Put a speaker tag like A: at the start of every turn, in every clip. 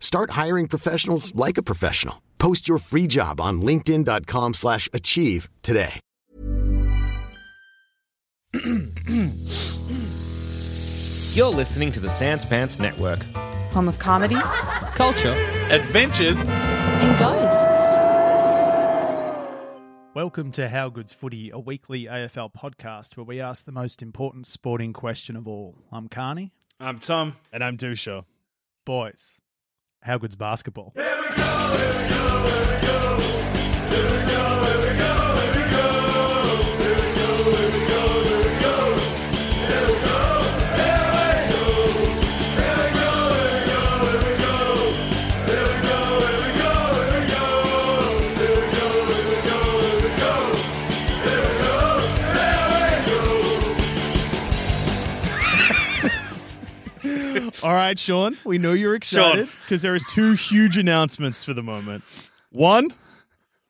A: Start hiring professionals like a professional. Post your free job on linkedin.com/achieve slash achieve today.
B: You're listening to the Sans Pants Network.
C: Home of comedy.
D: Culture.
E: Adventures.
C: And ghosts.
F: Welcome to How Good's Footy, a weekly AFL podcast where we ask the most important sporting question of all. I'm Carney.
E: I'm Tom.
G: And I'm Dusha.
F: Boys, how good's basketball?
G: All right, Sean, we know you're excited because there is two huge announcements for the moment. One,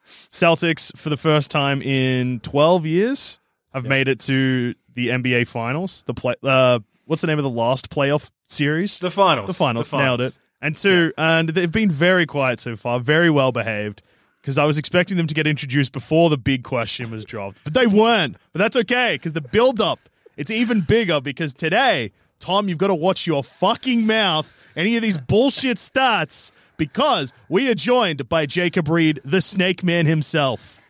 G: Celtics for the first time in 12 years have made it to the NBA Finals. The play, uh, what's the name of the last playoff series?
E: The finals.
G: The finals, nailed it. And two, and they've been very quiet so far, very well behaved. Because I was expecting them to get introduced before the big question was dropped, but they weren't. But that's okay because the build up it's even bigger. Because today, Tom, you've got to watch your fucking mouth. Any of these bullshit stats, because we are joined by Jacob Reed, the Snake Man himself.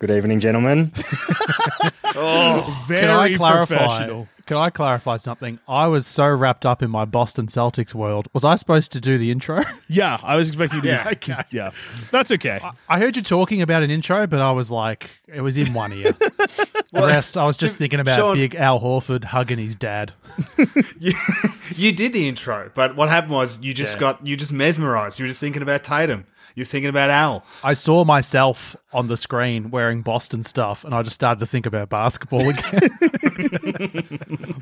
H: Good evening, gentlemen.
E: Um, Oh,
G: Very
F: Can I clarify?
G: professional.
F: Can I clarify something? I was so wrapped up in my Boston Celtics world. Was I supposed to do the intro?
G: Yeah, I was expecting you to.
E: Yeah,
G: Yeah, yeah. that's okay.
F: I heard you talking about an intro, but I was like, it was in one ear. the rest, I was just thinking about
E: Sean-
F: big Al Horford hugging his dad.
E: you, you did the intro, but what happened was you just got you just mesmerized. You were just thinking about Tatum. You're thinking about Al.
F: I saw myself on the screen wearing Boston stuff, and I just started to think about basketball again.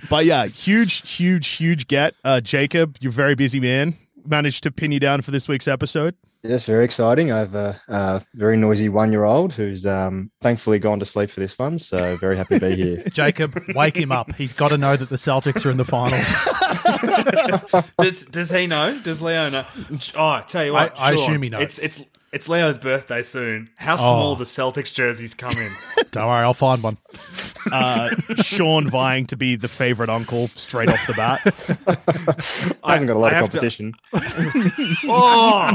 G: But yeah, huge, huge, huge get. Uh, Jacob, you're a very busy man. Managed to pin you down for this week's episode.
H: Yes, very exciting. I have a, a very noisy one-year-old who's um, thankfully gone to sleep for this one, so very happy to be here.
F: Jacob, wake him up. He's got to know that the Celtics are in the finals.
E: Does does he know? Does Leo know? Oh, I tell you what,
F: I- I
E: Sean,
F: assume he knows. Oh.
E: It's it's it's Leo's birthday soon. How small the Celtics jerseys come in.
F: Don't worry, I'll find one.
G: Uh, Sean vying to be the favorite uncle straight off the bat.
H: I haven't got a lot of
E: I have to-
H: competition.
E: oh,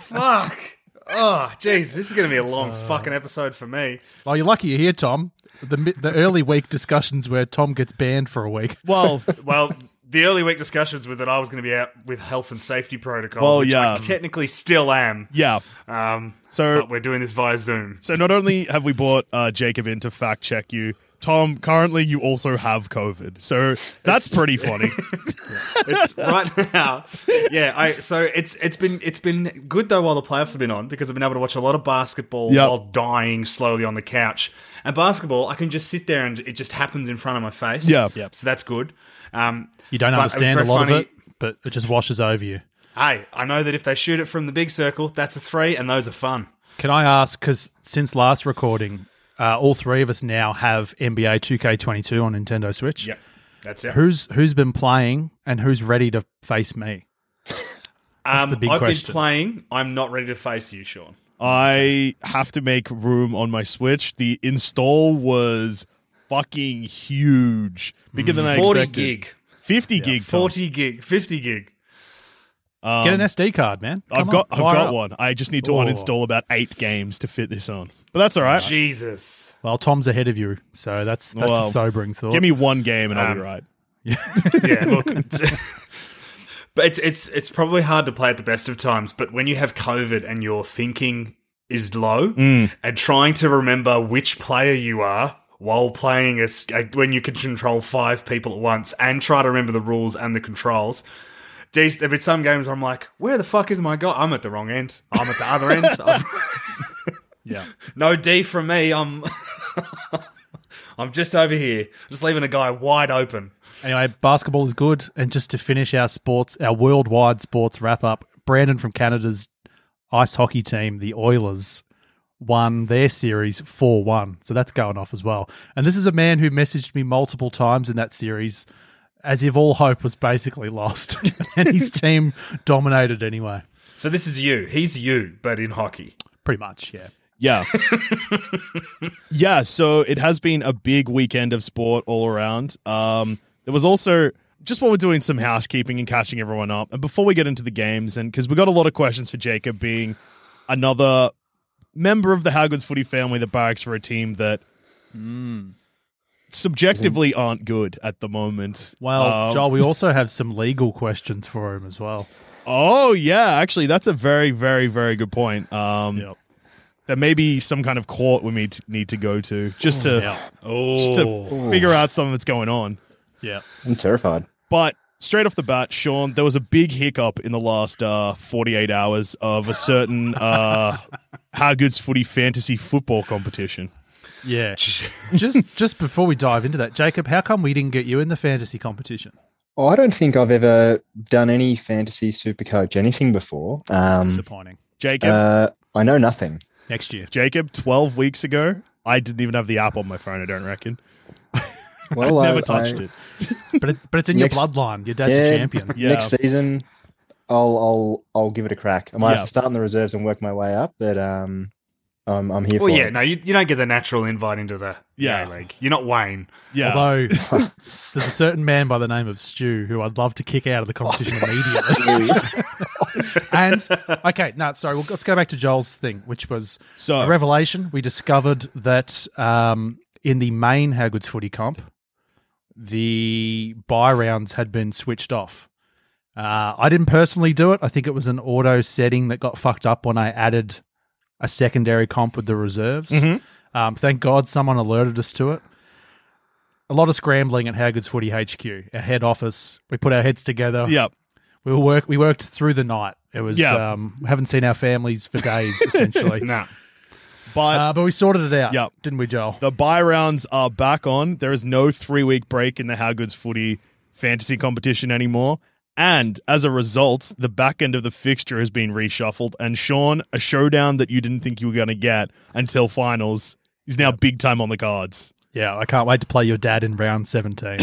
E: fuck. Oh, jeez, this is going to be a long
G: Uh,
E: fucking episode for me.
F: Well, Oh, you're lucky you're here, Tom. The mi- the early week discussions where Tom gets banned for a week.
G: Well,
E: Well, the early week discussions were that I was going to be out with health and safety protocols.
G: Well,
E: which
G: yeah.
E: I technically still am.
G: yeah.
E: Um,
G: So-
E: but we're doing this via Zoom.
G: So not only have we brought uh, Jacob in to fact check you, Tom, currently you also have COVID. So that's pretty funny.
E: It's right now. Yeah, I so it's it's been it's been good though while the playoffs have been on because I've been able to watch a lot of basketball
G: Yep.
E: while dying slowly on the couch. And basketball, I can just sit there and it just happens in front of my face.
G: Yeah. Yep.
E: So that's good. Um,
F: You don't
E: but it was
F: understand a
E: very
F: lot
E: funny-
F: of it, but it just washes over you.
E: Hey, I know that if they shoot it from the big circle, that's a three, and those are fun.
F: Can I ask? Because since last recording, uh, all three of us now have NBA 2K22 on Nintendo Switch.
E: that's it.
F: Who's who's been playing and who's ready to face me?
E: um,
F: the big
E: I've
F: question.
E: been playing. I'm not ready to face you, Sean.
G: I have to make room on my Switch. The install was fucking huge. Bigger than I
E: Forty
G: expected.
E: gig,
G: 50 gig. Tom.
E: forty gig, fifty gig.
F: Get an SD card, man.
G: I've
F: Come
G: got
F: on,
G: Um, I've
F: wire
G: got
F: up.
G: one. I just need to
F: Oh.
G: uninstall about eight games to fit this on. But that's all right.
E: Jesus.
F: Well, Tom's ahead of you, so that's that's
G: Well,
F: a sobering thought.
G: Give me one game and I'll be
E: Um,
G: right.
E: Yeah, look. it's- but it's it's it's probably hard to play at the best of times, but when you have COVID and your thinking is low
H: Hmm.
E: and trying to remember which player you are while playing a, s- a- when you can control five people at once and try to remember the rules and the controls. Geez, there have been some games where I'm like, where the fuck is my guy? I'm at the wrong end. I'm at the other end. I'm-
G: Yeah.
E: no D from me. I'm I'm just over here, just leaving a guy wide open.
F: Anyway, basketball is good, and just to finish our sports, our worldwide sports wrap up, Brandon from Canada's ice hockey team, the Oilers, won their series four one. So that's going off as well. And this is a man who messaged me multiple times in that series, as if all hope was basically lost, and his team dominated anyway.
E: So this is you. He's you, but in hockey.
F: Pretty much, yeah.
G: Yeah. yeah, so it has been a big weekend of sport all around. Um, there was also just while we're doing some housekeeping and catching everyone up, and before we get into the games, and because we got a lot of questions for Jacob being another member of the Hagwoods footy family that barracks for a team that
F: Hmm.
G: subjectively aren't good at the moment.
F: Well,
G: Um,
F: Joel, we also have some legal questions for him as well.
G: Oh yeah, actually, that's a very, very, very good point. Um,
F: Yep.
G: There may be some kind of court we need to, need to go to just to
F: Yeah,
G: just
E: Oh,
G: to figure out something that's going on.
F: yeah.
H: I'm terrified.
G: But straight off the bat, Sean, there was a big hiccup in the last uh, 48 hours of a certain uh, Hargood's Footy Fantasy Football competition.
F: Yeah. just just before we dive into that, Jacob, how come we didn't get you in the fantasy competition?
H: Oh, I don't think I've ever done any fantasy supercoach anything before.
F: This is
H: Um,
F: disappointing.
G: Jacob,
H: uh, I know nothing.
F: Next year.
G: Jacob, 12 weeks ago, I didn't even have the app on my phone. I don't reckon.
H: Well, I-
G: Never touched
H: I-
G: it.
F: But it, but it's in
H: Next-
F: your bloodline. Your dad's
H: Yeah.
F: a champion.
G: Yeah.
H: Next season, I'll I'll I'll give it a crack. I might
G: Yeah.
H: have to start in the reserves and work my way up, but um, I'm I'm here
E: Well,
H: for
E: yeah,
H: it.
E: no, you, you don't get the natural invite into the
G: Yeah.
E: yeah league. You're not Wayne.
G: Yeah.
F: Although there's a certain man by the name of Stu who I'd love to kick out of the competition immediately. and okay, no, sorry. Well, let's go back to Joel's thing, which was
G: So-
F: a revelation. We discovered that um, in the main Hagwoods footy comp, the buy rounds had been switched off. Uh, I didn't personally do it. I think it was an auto setting that got fucked up when I added a secondary comp with the reserves. Um, thank God someone alerted us to it. A lot of scrambling at Haggood's Footy HQ, our head office. We put our heads together.
G: Yep.
F: We were work. We worked through the night. It was.
G: Yeah.
F: Um, we haven't seen our families for days, essentially.
E: No.
G: But
F: Uh, but we sorted it out.
G: Yep.
F: Didn't we, Joel?
G: The buy rounds are back on. There is no three week break in the How Goods Footy fantasy competition anymore. And as a result, the back end of the fixture has been reshuffled. And Sean, a showdown that you didn't think you were going to get until finals, is now big time on the cards.
F: yeah. I can't wait to play your dad in round seventeen.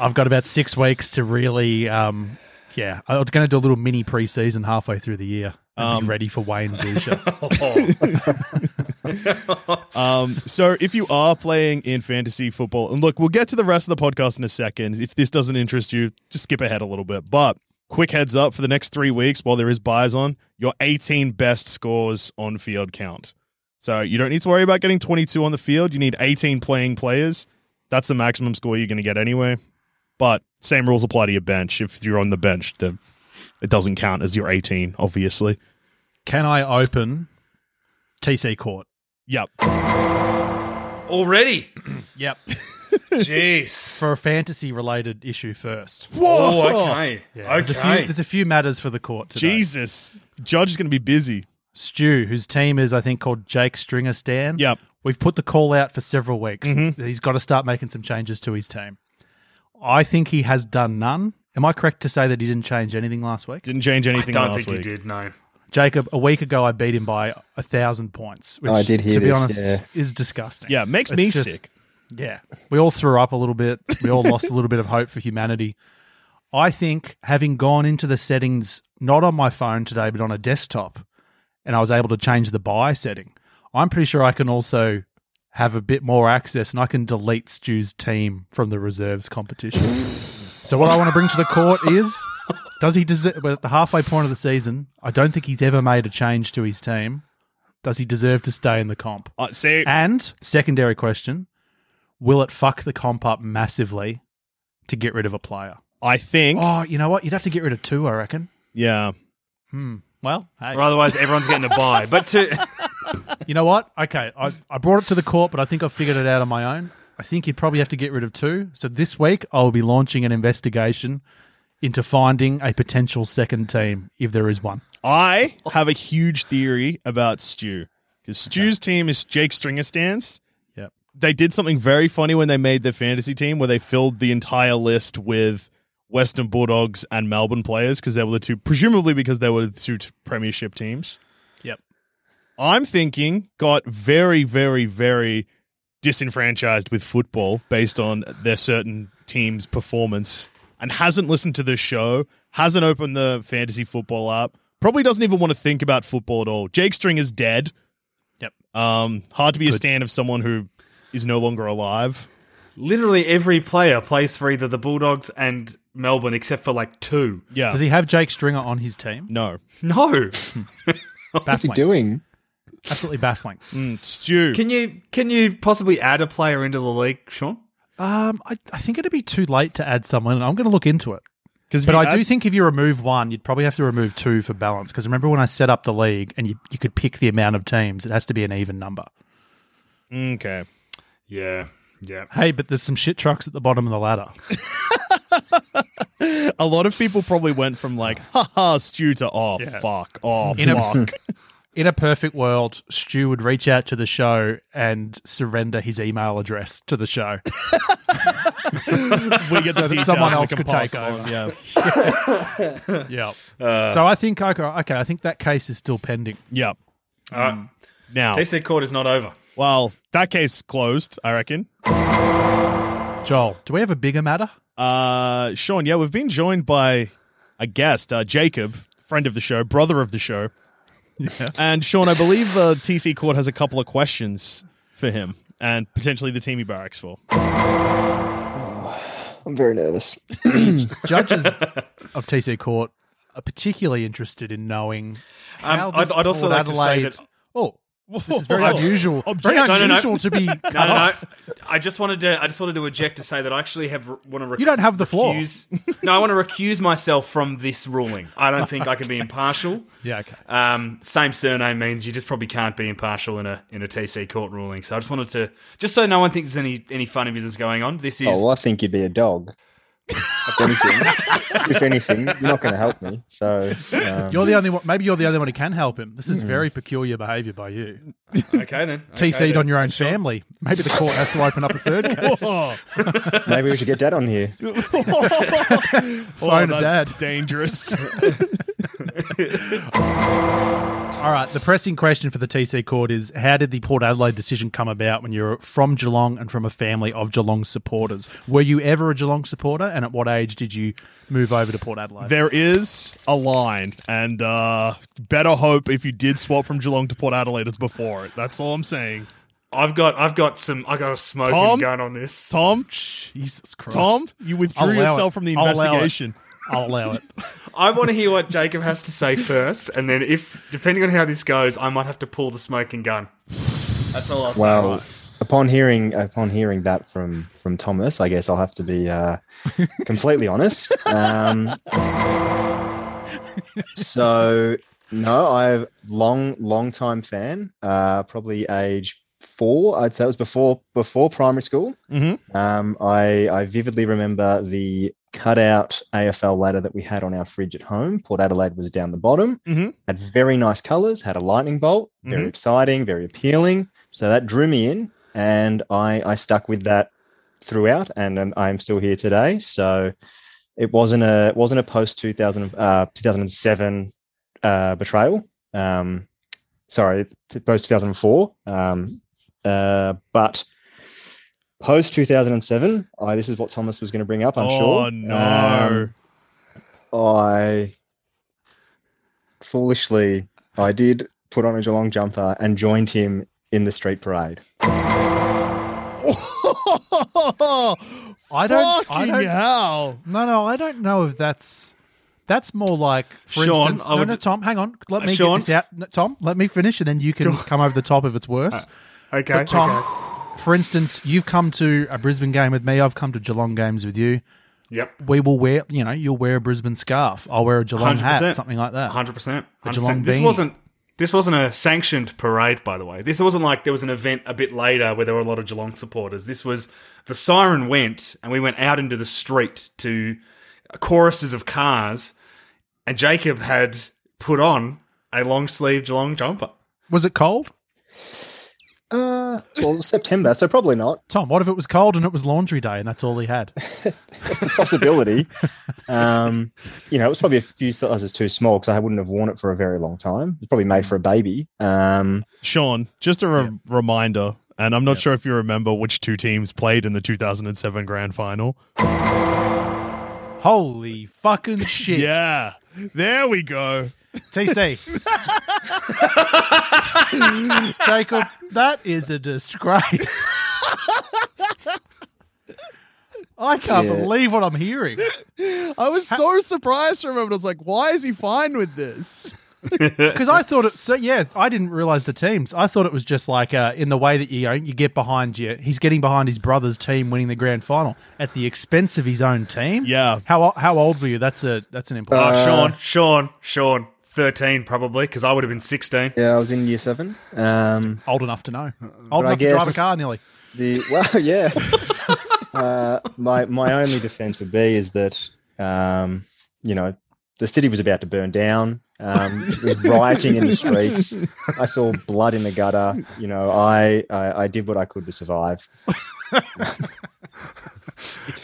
F: I've got about six weeks to really. Um, yeah, I was going to do a little mini preseason halfway through the year and be ready for Wayne Boucher.
G: Um, so if you are playing in fantasy football, and look, we'll get to the rest of the podcast in a second. If this doesn't interest you, just skip ahead a little bit. But quick heads up for the next three weeks while there is buys on, your 18 best scores on field count. So you don't need to worry about getting 22 on the field. You need 18 playing players. That's the maximum score you're going to get anyway. But same rules apply to your bench. If you're on the bench, the, it doesn't count as your 18, obviously.
F: Can I open TC Court?
G: Yep.
E: Already?
F: Yep.
E: Jeez.
F: For a fantasy related issue first.
E: oh, okay.
F: There's, a few,
E: okay.
F: there's a few matters for the court today.
G: Jesus. Judge is going to be busy.
F: Stu, whose team is, I think, called Jake Stringer Stan.
G: Yep. Mm-hmm.
F: We've put the call out for several weeks. that He's got to start making some changes to his team. I think he has done none. Am I correct to say that he didn't change anything last week?
G: Didn't change
E: I
G: anything
E: don't
G: last
E: think
G: week.
E: you did, no.
F: Jacob, a week ago, I beat him by a thousand points, which,
H: Oh, I did hear
F: to be
H: this,
F: honest,
H: yeah.
F: is disgusting.
G: Yeah, it makes
F: It's
G: me
F: just-
G: sick.
F: Yeah. We all threw up a little bit. We all lost a little bit of hope for humanity. I think having gone into the settings, not on my phone today, but on a desktop, and I was able to change the buy setting, I'm pretty sure I can also have a bit more access and I can delete Stu's team from the reserves competition. so, what I want to bring to the court is does he deserve, but at the halfway point of the season, I don't think he's ever made a change to his team. Does he deserve to stay in the comp?
G: Uh, see,
F: And secondary question: Will it fuck the comp up massively to get rid of a player?
G: I think.
F: Oh, you know what? You'd have to get rid of two, I reckon.
G: Yeah.
F: Hmm. Well, hey,
E: Or otherwise, everyone's getting a buy. But to
F: you know what? Okay, I, I brought it to the court, but I think I figured it out on my own. I think you'd probably have to get rid of two. So this week, I'll be launching an investigation into finding a potential second team if there is one.
G: I have a huge theory about Stu because Stu's team is Jake Stringer stance.
F: Yep.
G: They did something very funny when they made their fantasy team where they filled the entire list with Western Bulldogs and Melbourne players because they were the two, presumably because they were the two t- premiership teams.
F: Yep.
G: I'm thinking got very, very, very disenfranchised with football based on their certain team's performance and hasn't listened to the show, hasn't opened the fantasy football up, probably doesn't even want to think about football at all. Jake String is dead.
F: Yep.
G: Um, hard to be a
F: Good.
G: stand of someone who is no longer alive.
E: literally every player plays for either the Bulldogs and Melbourne, except for like two.
G: Yeah.
F: Does he have Jake Stringer on his team?
G: no.
E: No,
H: What's he
F: Baffling.
H: doing?
F: Absolutely baffling.
G: Mm, Stu.
E: can you can you possibly add a player into the league, Sean?
F: Um, I, I think it'd be too late to add someone. I'm going to look into it.
G: 'Cause if
F: But
G: you
F: I
G: add-
F: do think if you remove one, you'd probably have to remove two for balance. Because remember when I set up the league and you, you could pick the amount of teams, it has to be an even number.
G: Okay.
E: Yeah, yeah.
F: Hey, but there's some shit trucks at the bottom of the ladder.
G: A lot of people probably went from like, haha, Stu to, oh, fuck, oh, fuck.
F: In a perfect world, Stu would reach out to the show and surrender his email address to the show.
G: we get the
F: that
G: details
F: someone
G: and we
F: else
G: can
F: could
G: pass
F: take
G: it on.
F: over.
G: Yeah.
F: yeah. so I think okay, okay, I think that case is still pending.
G: Yeah.
E: All right,
G: Mm. Now,
E: TC court is not over.
G: well, that case closed, I reckon.
F: Joel, do we have a bigger matter?
G: Uh, Sean, yeah, we've been joined by a guest, uh, Jacob, friend of the show, brother of the show. And Sean, I believe uh, TC Court has a couple of questions for him and potentially the team he barracks for.
H: I'm very nervous.
F: Judges of TC Court are particularly interested in knowing how
E: Um,
F: this
E: I'd- I'd also
F: Port
E: like to say
F: Adelaide-
E: that-
F: Oh, this is very
G: Whoa.
F: unusual. Very
G: Objection.
E: No, no, no.
F: unusual to be cut
E: No, no, no.
F: off.
E: I just wanted to. I just wanted to eject to say that I actually have want to. Rec-
F: You don't have the floor.
E: recuse- no, I want to recuse myself from this ruling. I don't think I can be impartial.
F: Yeah, okay.
E: Um, same surname means you just probably can't be impartial in a in a TC court ruling. So I just wanted to, just so no one thinks there's any any funny business going on. This is
H: Oh, well, I think you'd be a dog. if anything, if anything, you're not going to help me. So, um,
F: You're the only one. Maybe you're the only one who can help him. This is very peculiar behaviour by you.
E: okay then.
F: TC'd
E: Hmm. Okay, then.
F: on your own family. Maybe the court has to open up a third case.
G: Oh,
H: maybe we should get Dad on here.
E: Oh,
F: Phone a
G: oh, that's
F: dad.
G: dangerous.
F: All right. The pressing question for the TC court is: How did the Port Adelaide decision come about? When you're from Geelong and from a family of Geelong supporters, were you ever a Geelong supporter? And at what age did you move over to Port Adelaide?
G: there is a line, and uh, better hope if you did swap from Geelong to Port Adelaide it's before it. That's all I'm saying.
E: I've got I've got some I got a smoking
G: Tom?
E: gun on this.
G: Tom,
F: Jesus Christ,
G: Tom, you withdrew
F: I'll allow
G: yourself
F: it.
G: from the
F: I'll allow it.
G: investigation.
F: I'll allow it.
E: I want to hear what Jacob has to say first, and then if depending on how this goes, I might have to pull the smoking gun. That's all I'll say.
H: Well,
E: guys.
H: upon hearing upon hearing that from from Thomas, I guess I'll have to be uh, completely honest. Um, so, no, I'm long long time fan. Uh, probably age four. I'd say it was before before primary school.
G: Mhm.
H: Um, I I vividly remember the cutout AFL ladder that we had on our fridge at home. Port Adelaide was down the bottom.
G: Mhm.
H: Had very nice colours. Had a lightning bolt. Very
G: Mhm.
H: exciting. Very appealing. So that drew me in, and I I stuck with that throughout, and um, I'm still here today. So it wasn't a it wasn't a post 2000 uh, 2007 uh, betrayal. Um, sorry, t- post 2004. Um, uh, but post 2007, I, this is what Thomas was going to bring up. I'm
G: oh
H: sure.
G: no!
H: Um, I foolishly I did put on a Geelong jumper and joined him in the street parade.
G: I
F: I don't- I
G: Fucking
F: don't-
G: hell!
F: No, no, I don't know if that's That's more like, for
I: Sean,
F: instance,
I: I
F: no,
I: would-
F: no, Tom, hang on. Let
I: Uh,
F: me
I: Sean?
F: get this out. No, Tom, let me finish, and then you can come over the top if it's
I: Uh,
F: worse.
I: Okay.
F: But Tom, for instance, you've come to a Brisbane game with me. I've come to Geelong games with you.
I: Yep.
F: We will wear, you know, you'll wear a Brisbane scarf. I'll wear a Geelong hat, something like that.
I: Hundred percent.
F: A Geelong
I: This
F: beanie.
I: wasn't. This wasn't a sanctioned parade, by the way. This wasn't like there was an event a bit later where there were a lot of Geelong supporters. This was the siren went, and we went out into the street to choruses of cars, and Jacob had put on a long sleeve Geelong jumper.
F: Was it cold?
E: Uh, well, September, so probably not.
F: Tom, what if it was cold and it was laundry day and that's all he had?
E: It's a possibility. um, you know, it was probably a few sizes too small because I wouldn't have worn it for a very long time. It's probably made for a baby. Um,
G: Sean, just a re- reminder, and I'm not sure if you remember which two teams played in the 2007 grand final.
F: Holy fucking shit.
G: Yeah, there we go.
F: TC. Jacob, that is a disgrace. I can't
E: Yeah.
F: believe what I'm hearing.
G: I was so surprised to remember. I was like, why is he fine with this?
F: Because I thought it, so yeah, I didn't realize the teams. I thought it was just like uh, in the way that you know, you get behind you. He's getting behind his brother's team winning the grand final at the expense of his own team.
G: Yeah.
F: How o- how old were you? That's a that's an important.
I: Oh,
E: Uh,
I: Sean, Sean, Sean, thirteen probably because I would have been sixteen.
E: yeah, I was in year seven. Um,
F: old enough to know. Old
E: I
F: enough to drive a
E: guess-
F: car nearly.
E: The well, yeah. uh, my my only defense would be is that um, you know the city was about to burn down. Um, there was rioting in the streets. I saw blood in the gutter. You know, I I, I did what I could to survive.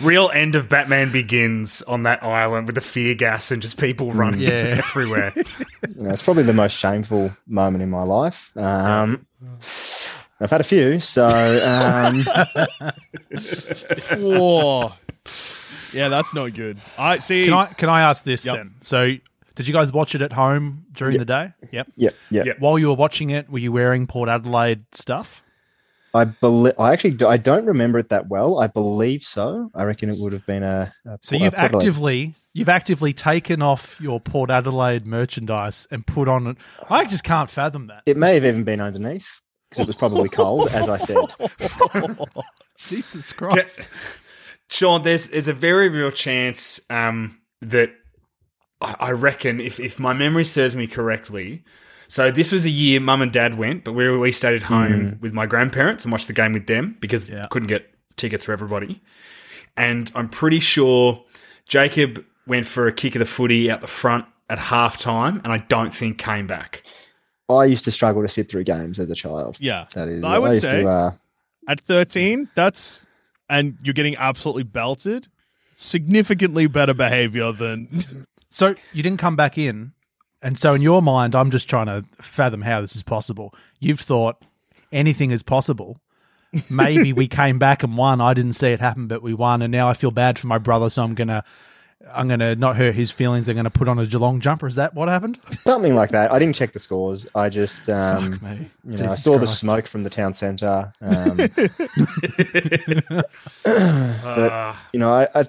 I: Real end of Batman Begins on that island with the fear gas and just people running
F: yeah.
I: everywhere.
E: You know, it's probably the most shameful moment in my life. Um, I've had a few, so um,
G: Whoa. Yeah, that's not good. I see.
F: Can I can I ask this
G: Yep.
F: then? So, did you guys watch it at home during the day? Yep.
E: yeah, yeah.
I: Yep.
F: While you were watching it, were you wearing Port Adelaide stuff?
E: I believe I actually do- I don't remember it that well. I believe so. I reckon it would have been a. a
F: So
E: a
F: you've
E: Port Adelaide.
F: actively you've actively taken off your Port Adelaide merchandise and put on it. I just can't fathom that.
E: It may have even been underneath because it was probably cold, as I said.
F: Jesus Christ!
I: Sean, there's there's a very real chance um, that I, I reckon, if if my memory serves me correctly, so this was a year mum and dad went, but we we stayed at
E: Hmm.
I: home with my grandparents and watched the game with them because
F: Yeah.
I: couldn't get tickets for everybody. And I'm pretty sure Jacob went for a kick of the footy out the front at half time, and I don't think came back.
E: I used to struggle to sit through games as a child.
G: Yeah.
E: that is.
G: I would
E: used
G: say-
E: To, uh,
G: At 13, that's. And you're getting absolutely belted. Significantly better behavior than.
F: So you didn't come back in, and so in your mind, I'm just trying to fathom how this is possible. You've thought anything is possible. Maybe we came back and won. I didn't see it happen, but we won, and now I feel bad for my brother, so I'm gonna. I'm gonna not hurt his feelings. I'm gonna put on a Geelong jumper. Is that what happened?
E: something like that. I didn't check the scores. I just, um,
F: Fuck me.
E: you know, I
F: Jesus
E: saw the
F: Christ.
E: smoke from the town centre. Um,
I: Uh,
E: you know, I, I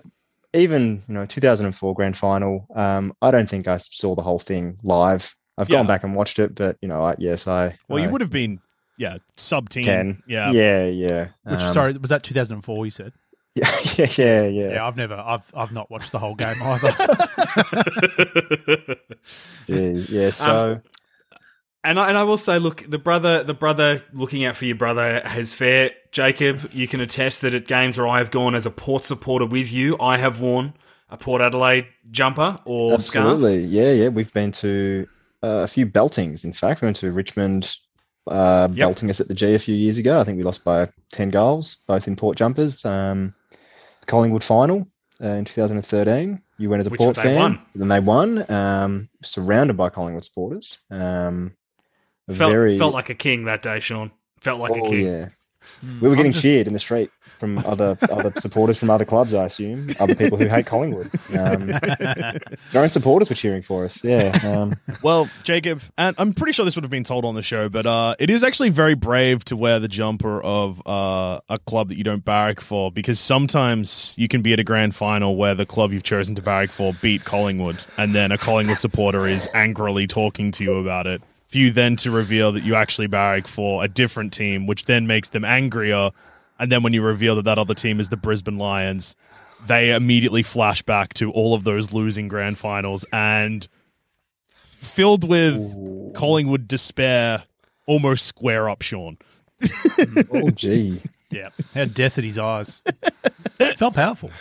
E: even you know 2004 grand final. Um, I don't think I saw the whole thing live. I've
G: Yeah.
E: gone back and watched it, but you know, I, yes, I.
G: Well,
E: I
G: you would have been, yeah, sub team.
E: Ten.
G: Yeah.
E: yeah, yeah.
F: Which
E: Um,
F: sorry, was that 2004? You said.
E: Yeah, yeah, yeah, yeah.
F: Yeah, I've never, I've, I've not watched the whole game either.
E: Jeez, yeah, so
I: Um, And I, and I will say, look, the brother, the brother looking out for your brother has fair. Jacob, you can attest that at games where I have gone as a port supporter with you, I have worn a Port Adelaide jumper or
E: absolutely, yeah, yeah. We've been to uh, a few beltings. In fact, we went to Richmond uh,
I: Yep.
E: belting us at the G a few years ago. I think we lost by ten goals, both in port jumpers. Um, Collingwood final uh, in 2013. You went as a
I: Which
E: port
I: they
E: fan,
I: won.
E: then they won. Um, surrounded by Collingwood supporters. Um,
I: scarf. Felt
E: very
I: felt like a king that day, Sean. Felt like a
E: oh
I: king.
E: yeah. We were
F: Hmm. I'm
E: getting
F: just-
E: cheered in the street. from other other supporters from other clubs, I assume, other people who hate Collingwood. Um, our own supporters were cheering for us. Yeah, um,
G: Well, Jacob, and I'm pretty sure this would have been told on the show, but uh, it is actually very brave to wear the jumper of uh, a club that you don't barrack for because sometimes you can be at a grand final where the club you've chosen to barrack for beat Collingwood, and then a Collingwood supporter is angrily talking to you about it. For you then to reveal that you actually barrack for a different team, which then makes them angrier. And then when you reveal that that other team is the Brisbane Lions, they immediately flash back to all of those losing grand finals and filled with Collingwood despair, almost square up Sean.
E: oh gee,
F: Yeah. Had death in his eyes. Felt powerful.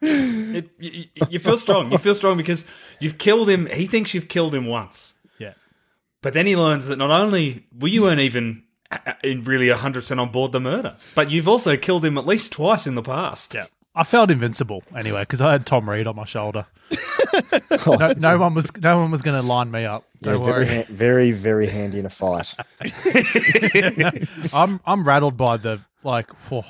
J: It, you, you- you feel strong. You feel strong because you've killed him. He thinks you've killed him once,
F: Yeah.
J: but then he learns that not only were you weren't even a- a- in really hundred percent on board the murder, but you've also killed him at least twice in the past. Yeah.
F: I felt invincible anyway because I had Tom Reed on my shoulder. no, no one was no one was going to line me up.
E: Oh, Yeah,
F: Don't
E: very,
F: worry.
E: ha- very very handy in a fight.
F: I'm I'm rattled by the like. whew.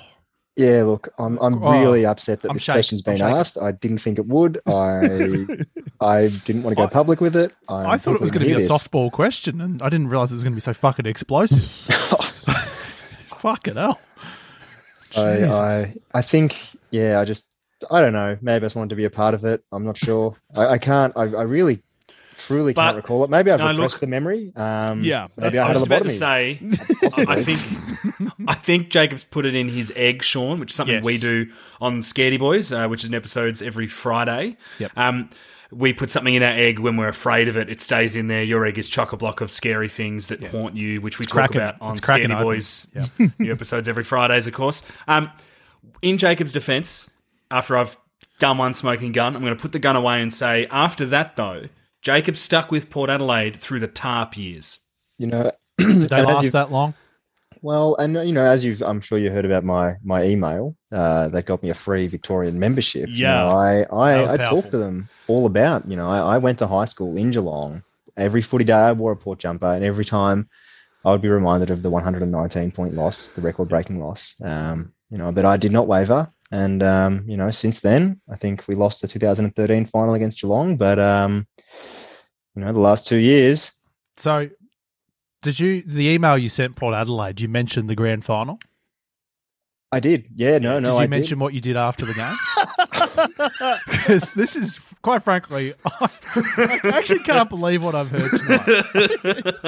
E: Yeah, look, I'm I'm
F: Oh,
E: really upset that
F: I'm
E: this
F: shaken.
E: question's
F: I'm
E: been
F: shaken.
E: asked. I didn't think it would. I I didn't want to go public with it. I'm
F: I thought it was going
E: hoping
F: to be
E: you
F: a
E: hear this.
F: softball question, and I didn't realize it was going to be so fucking explosive. fucking hell!
E: I, I I think yeah. I just I don't know. Maybe I just wanted to be a part of it. I'm not sure. I, I can't. I, I really truly
J: But-
E: can't recall it. Maybe I've
J: no,
E: repressed
J: look-
E: the memory. Um,
G: Yeah,
E: maybe
G: that's-
E: I
J: I
E: had a
J: was about to
E: lobotomy.
J: say, I think, I think Jacob's put it in his egg, Sean, which is something
F: Yes.
J: we do on Scaredy Boys, uh, which is in episodes every Friday.
F: Yep.
J: Um, we put something in our egg when we're afraid of it. It stays in there. Your egg is chock a block of scary things that haunt you, which we talk
F: cracking.
J: about on
F: It's cracking
J: Scaredy
F: open.
J: Boys new episodes every Fridays, of course. Um, in Jacob's defense, after I've done one smoking gun, I'm going to put the gun away and say, after that, though, Jacob stuck with Port Adelaide through the TARP years.
E: You know.
F: Did they
E: and as
F: last
E: you-
F: that long?
E: Well, and you know, as you've, I'm sure you heard about my my email uh, that got me a free Victorian membership. You
G: Yeah.
E: know, I
F: That was
E: I, I
F: powerful.
E: talked to them all about. You know, I, I went to high school in Geelong. Every footy day, I wore a port jumper, and every time, I would be reminded of the 119 point loss, the record breaking loss. Um, you know, but I did not waver, and um, you know, since then, I think we lost the 2013 final against Geelong, but um, you know, the last two years,
F: So, did you the email you sent Port Adelaide? You mentioned the grand final.
E: I did. Yeah, no, Oh, no,
F: did you
E: I
F: mention
E: did.
F: what you did after the game? Because this is quite frankly, I, I actually can't believe what I've heard tonight.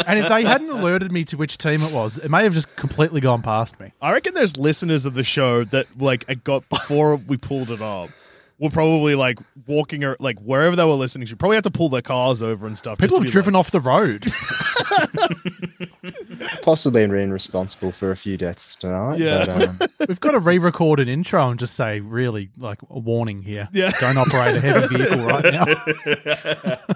F: and if they hadn't alerted me to which team it was, it may have just completely gone past me.
G: I reckon there's listeners of the show that like it got before we pulled it up. We're probably like walking or like wherever they were listening. to probably have to pull their cars over and stuff. just
F: People
G: to
F: have
G: be
F: driven
G: like-
F: off the road.
E: possibly been responsible for a few deaths tonight.
G: Yeah.
E: But, um,
F: We've got to re-record an intro and just say really like a warning here.
G: Yeah.
F: Don't operate a heavy vehicle right now.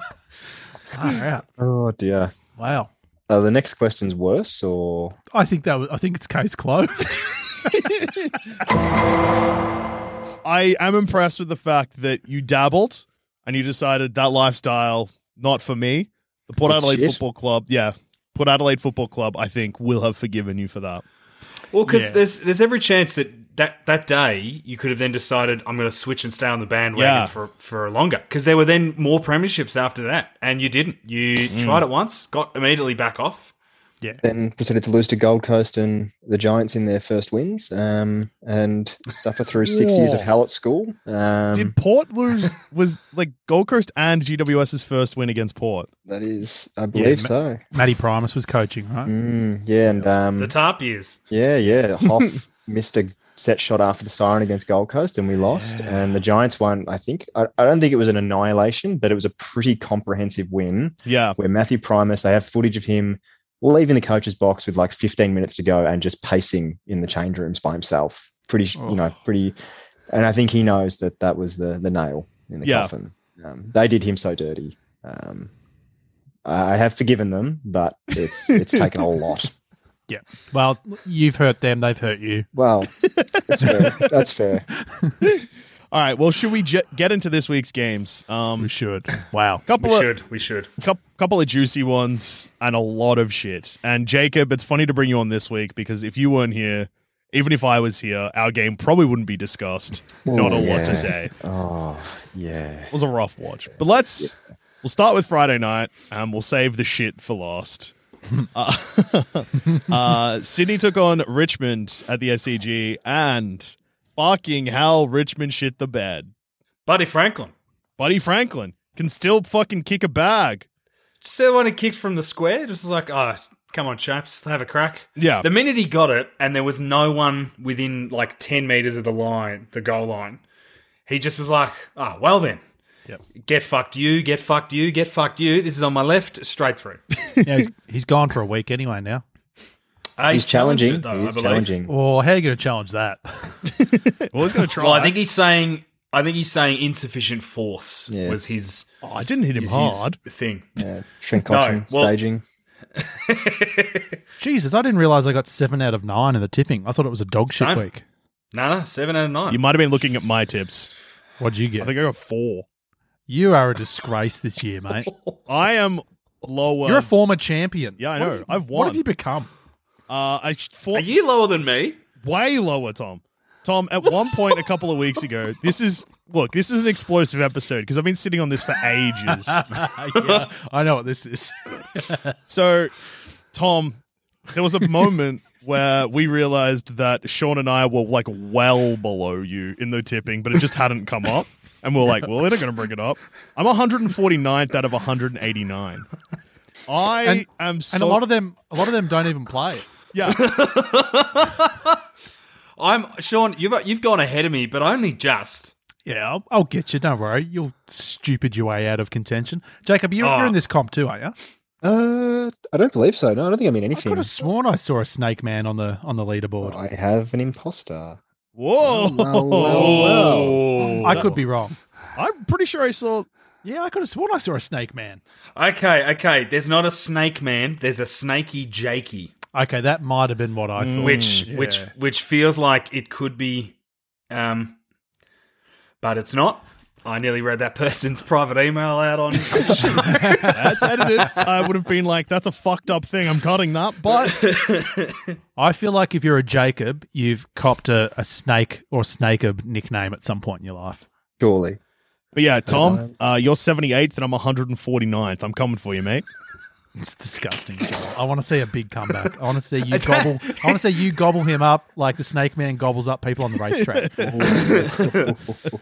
F: Far out.
E: oh dear.
F: Wow.
E: Uh, the next question's worse, or
F: I think that was, I think it's case closed.
G: I am impressed with the fact that you dabbled and you decided that lifestyle not for me. The Port
E: Oh,
G: Adelaide
E: shit.
G: Football Club, yeah, Port Adelaide Football Club, I think will have forgiven you for that.
J: Well, because
G: Yeah.
J: there's there's every chance that, that that day you could have then decided I'm going to switch and stay on the bandwagon
G: Yeah.
J: for for longer because there were then more premierships after that, and you didn't. You tried it once, got immediately back off.
E: Mm-hmm. then proceeded to lose to Gold Coast and the Giants in their first wins, um, and suffer through six years of hell at school. Um,
G: Did Port lose? was like Gold Coast and GWS's first win against Port?
E: that is, I believe
F: Ma-
E: so.
F: Matty Primus was coaching, right?
E: Mm, yeah, and um,
J: The top years.
E: yeah, yeah. Hoff missed a set shot after the siren against Gold Coast, and we lost. And the Giants won. I think I, I don't think it was an annihilation, but it was a pretty comprehensive win.
G: Yeah,
E: where Matthew Primus, they have footage of him leaving the coach's box with like 15 minutes to go and just pacing in the change rooms by himself. Pretty, you know, pretty. And I think he knows that that was the the nail in the
G: Yeah.
E: coffin. Um, they did him so dirty. Um, I I have forgiven them, but it's it's taken a lot.
F: Yeah. Well, you've hurt them, they've hurt you.
E: Well, that's fair. That's fair.
G: All right. Well, should we ju- get into this week's games?
F: We
G: Um,
F: should. Wow.
G: couple
J: We
G: of
J: should. We should.
G: cou- couple of juicy ones and a lot of shit. And Jacob, it's funny to bring you on this week because if you weren't here, even if I was here, our game probably wouldn't be discussed. Not a lot
H: yeah.
G: to say.
H: Oh, yeah.
G: It was a rough watch. But let's we'll start with Friday night. Um, we'll save the shit for last. uh, uh, Sydney took on Richmond at the SCG, and fucking hell, Richmond shit the bed.
E: Buddy Franklin.
G: Buddy Franklin can still fucking kick a bag.
E: See the one he kicked from the square? Just like, oh, come on, chaps, have a crack.
G: Yeah.
E: The minute he got it, and there was no one within like 10 meters of the line, the goal line, he just was like, ah, well then. Get fucked you, get fucked you, get fucked you. This is on my left, straight through.
F: Yeah, he's, he's gone for a week anyway now.
E: Uh,
H: He's challenging.
E: challenged it, though, I
H: He's
E: believe.
H: challenging.
F: Well, how are you going to challenge that?
G: Well, I was going to try.
E: Well, I think he's saying, I think he's saying insufficient force
H: Yeah.
E: was his,
G: oh, I didn't hit him
E: is his
G: hard.
E: thing.
H: Yeah, Trincotin
E: well-
H: staging.
F: Jesus, I didn't realize I got seven out of nine in the tipping. I thought it was a dog shit
E: Same.
F: week.
E: No, no, seven out of nine.
G: You might have been looking at my tips.
F: What'd you get?
G: I think I got four.
F: you are a disgrace this year, mate.
G: I am lower.
F: You're a former champion.
G: Yeah, I
F: What
G: know.
F: have you-
G: I've
F: What
G: won.
F: have you become?
G: uh, I sh- four,
E: Are you lower than me?
G: way lower, Tom. Tom, at one point a couple of weeks ago, this is look, this is an explosive episode because I've been sitting on this for ages.
F: Yeah, I know what this is.
G: So, Tom, there was a moment where we realized that Sean and I were like well below you in the tipping, but it just hadn't come up. And we are like, well, we're not going to bring it up. I'm 149th out of 189. I
F: And-
G: am so.
F: And a lot of them, a lot of them don't even play.
G: yeah.
E: I'm Sean. You've you've gone ahead of me, but only just.
F: Yeah, I'll, I'll get you. Don't worry. You'll stupid your way out of contention. Jacob, you,
E: Oh.
F: you're in this comp too, aren't you?
H: Uh, I don't believe so. No, I don't think I mean
F: I
H: anything.
F: could have sworn I saw a snake man on the on the leaderboard.
H: I have an imposter.
G: Whoa.
H: Well, well, well.
E: Oh,
F: I could be wrong.
G: I'm pretty sure I saw.
F: Yeah, I could have sworn I saw a snake man.
E: Okay, okay. There's not a snake man. There's a snaky jakey,
F: Okay, that might have been what I thought. Mm,
E: which
F: yeah.
E: which which feels like it could be, um, but it's not. I nearly read that person's private email out on.
G: That's edited. I would have been like, that's a fucked up thing. I'm cutting that. But
F: I feel like if you're a Jacob, you've copped a, a snake or snakeab nickname at some point in your life.
H: Surely.
G: but yeah, Tom, uh, you're 78th and I'm 149th. I'm coming for you, mate.
F: It's disgusting. I want to see a big comeback. I want to see you gobble. I want to see you gobble him up like the snake man gobbles up people on the racetrack.
E: Oh, Uh, Sean,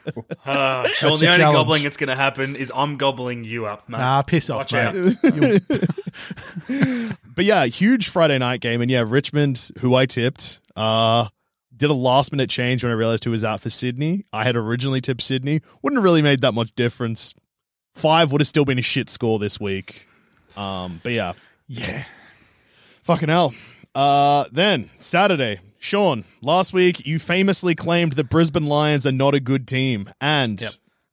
F: That's
E: the
F: a
E: only
F: challenge.
E: gobbling that's going to happen is I'm gobbling you up, mate.
F: nah, piss
E: Watch
F: off,
E: out.
F: mate. You-
G: But yeah, huge Friday night game. And yeah, Richmond, who I tipped, uh, did a last minute change when I realized who was out for Sydney. I had originally tipped Sydney. Wouldn't have really made that much difference. Five would have still been a shit score this week. Um, but yeah,
F: yeah.
G: Fucking hell. Uh, then Saturday, Sean. Last week, you famously claimed that Brisbane Lions are not a good team, and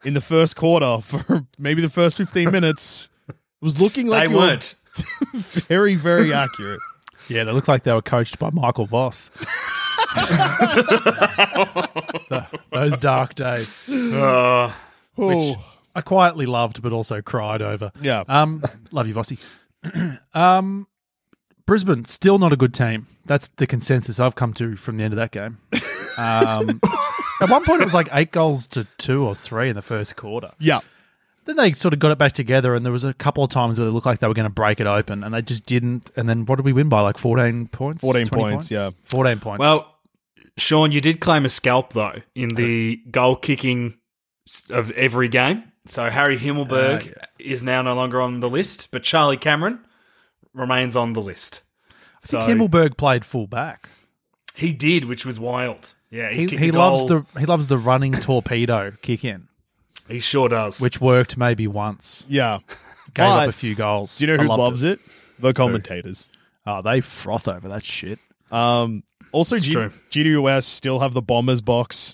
G: in the first quarter, for maybe the first fifteen minutes, it was looking like
E: they
G: you were
E: weren't.
G: very, very accurate.
F: Yeah, they look like they were coached by Michael Voss. Th- Those dark days,
E: Uh,
F: which I quietly loved but also cried over.
G: Yeah.
F: Um, love you, Vossi. um, Brisbane still not a good team. That's the consensus I've come to from the end of that game. Um, at one point, it was like eight goals to two or three in the first quarter.
G: yeah,
F: Then they sort of got it back together, and there was a couple of times where they looked like they were going to break it open, and they just didn't. And then what did we win by? Like fourteen points.
G: 14
F: 20
G: points, yeah.
F: fourteen points.
E: well, Sean, you did claim a scalp though in the goal kicking s- of every game. So Harry Himmelberg is now no longer on the list, but Charlie Cameron remains on the list. So
F: I think Himmelberg played full back.
E: he did, which was wild. Yeah, he,
F: He,
E: kicked
F: he
E: a
F: loves
E: goal.
F: the he loves the running torpedo kick in,
E: He sure does.
F: which worked maybe once.
G: yeah.
F: Gave up
G: But
F: a few goals.
G: Do you know
F: I
G: who
F: loved
G: loves it? The commentators.
F: Oh, they froth over that shit.
G: Um, also, G-
E: true.
G: GWS still have the bombers box.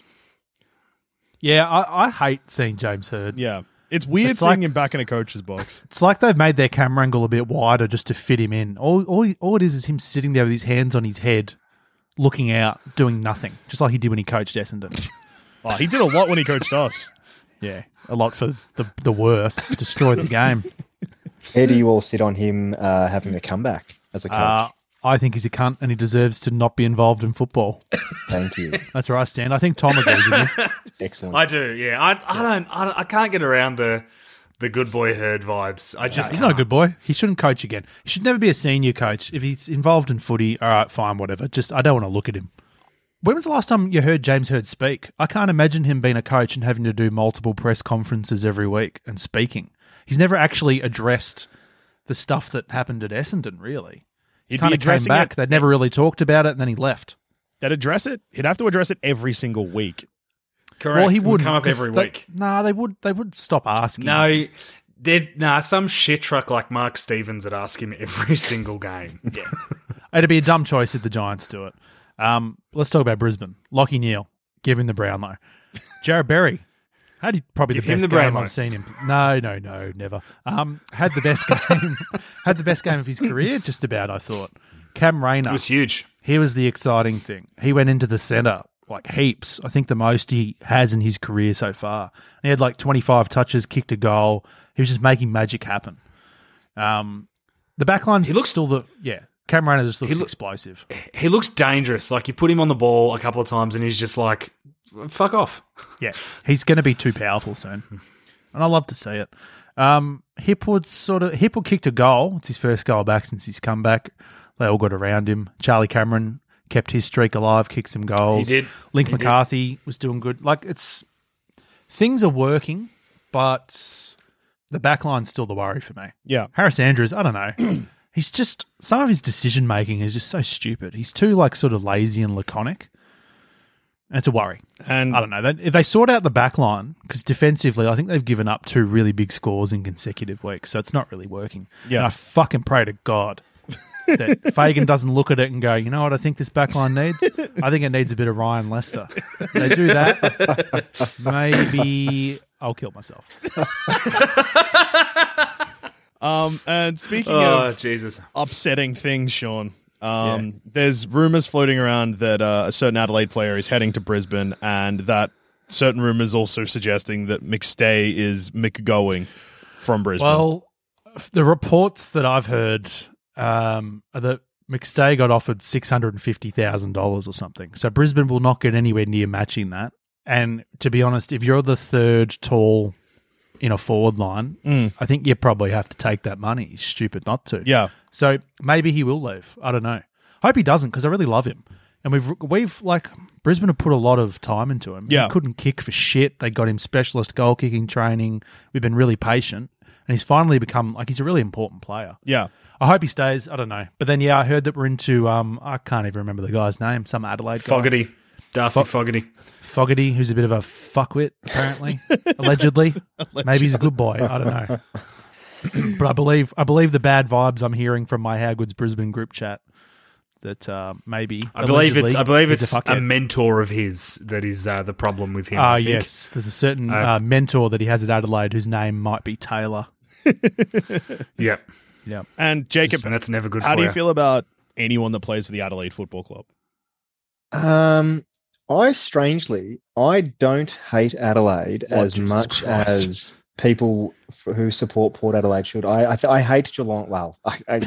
F: Yeah, I, I hate seeing James Heard.
G: Yeah, it's weird
F: It's
G: seeing
F: like-
G: him back in a coach's box.
F: It's like they've made their camera angle a bit wider just to fit him in. All, all, all it is is him sitting there with his hands on his head, looking out, doing nothing, just like he did when he coached Essendon.
G: Oh, he did a lot when he coached us.
F: yeah, a lot for the, the worse. Destroyed the game.
H: Where do you all sit on him uh, having a comeback as a coach?
F: Uh, I think he's a cunt and he deserves to not be involved in football.
H: Thank you.
F: That's where I stand. I think Tom agrees with me.
H: Excellent.
E: I do, yeah. I, I don't, I, I can't get around the the good boy herd vibes. I just
F: He's not a
E: can't.
F: good boy. He shouldn't coach again. He should never be a senior coach. If he's involved in footy, all right, fine, whatever. Just I don't want to look at him. When was the last time you heard James Heard speak? I can't imagine him being a coach and having to do multiple press conferences every week and speaking. He's never actually addressed the stuff that happened at Essendon, really. He
G: He'd
F: kind
G: be
F: of came
G: addressing
F: back.
G: it.
F: They'd never really talked about it, and then he left.
G: That address it. He'd have to address it every single week.
E: Correct.
F: Well, he
E: It would
F: would
E: come up every week.
F: Nah, they would. They would stop asking.
E: No, they nah. Some shit truck like Mark Stevens would ask him every single game. Yeah,
F: It'd be a dumb choice if the Giants do it. Um, let's talk about Brisbane. Lockie Neal, give him the Brownlow. Jared Berry had he- probably
E: Give
F: the
E: him
F: best
E: the
F: game
E: Brownlow.
F: I've seen him. No, no, no, never. Um, had the best game, had the best game of his career, just about. I thought. Cam Rayner,
E: it was huge.
F: he was the exciting thing. He went into the center like heaps. I think the most he has in his career so far. He had like 25 touches, kicked a goal. He was just making magic happen. Um, the backline's
E: He looks-
F: still the yeah. Cameron just looks
E: loo-
F: explosive.
E: He looks dangerous. Like you put him on the ball a couple of times, and he's just like, "Fuck off."
F: Yeah, he's going to be too powerful soon, and I love to see it. Um, Hipwood sort of Hipwood kicked a goal. It's his first goal back since his comeback. They all got around him. Charlie Cameron kept his streak alive, kicked some goals.
E: He did.
F: Link
E: He did.
F: McCarthy was doing good. Like it's things are working, but the back line's still the worry for me.
G: Yeah.
F: Harris Andrews, I don't know. He's just some of his decision making is just so stupid. He's too like sort of lazy and laconic. And it's a worry.
G: And
F: I don't know. They, if they sort out the back line, because defensively, I think they've given up two really big scores in consecutive weeks, so it's not really working.
G: Yeah.
F: And I fucking pray to God that Fagan doesn't look at it and go, you know what I think this back line needs? I think it needs a bit of Ryan Lester. If they do that, maybe I'll kill myself.
G: um and speaking
E: Oh
G: of
E: Jesus!
G: upsetting things, Sean. Um, There's rumors floating around that uh, a certain Adelaide player is heading to Brisbane, and that certain rumors also suggesting that McStay is McGoing from Brisbane.
F: Well, f- the reports that I've heard um, are that McStay got offered six hundred and fifty thousand dollars or something. So Brisbane will not get anywhere near matching that. And to be honest, if you're the third tall in a forward line, I think you probably have to take that money. It's stupid not to.
G: yeah,
F: So maybe he will leave. I don't know. Hope he doesn't because I really love him. And we've we've like Brisbane have put a lot of time into him.
G: Yeah.
F: he couldn't kick for shit. They got him specialist goal kicking training. We've been really patient, and he's finally become like he's a really important player.
G: yeah.
F: I hope he stays. I don't know, but then yeah, I heard that we're into um I can't even remember the guy's name. Some Adelaide guy.
E: Fogarty, Darcy Fogarty.
F: Fogarty, who's a bit of a fuckwit, apparently, allegedly. Maybe he's a good boy. I don't know. but I believe I believe the bad vibes I'm hearing from my Hagwoods Brisbane group chat that uh, maybe
E: I believe it's. I believe it's a,
F: man.
E: mentor of his that is uh, the problem with him.
F: Ah,
E: I think.
F: yes. There's a certain
E: Uh,
F: uh, mentor that he has at Adelaide whose name might be Taylor.
E: yeah,
F: Yeah.
G: And Jacob,
E: and that's never good.
G: how
E: for
G: do you
E: ya.
G: feel about anyone that plays for the Adelaide Football Club?
H: Um, I strangely, I don't hate Adelaide
E: What,
H: as
E: Jesus
H: much
E: Christ.
H: as people f- who support Port Adelaide should. I I, th- I hate Geelong. Well, I, I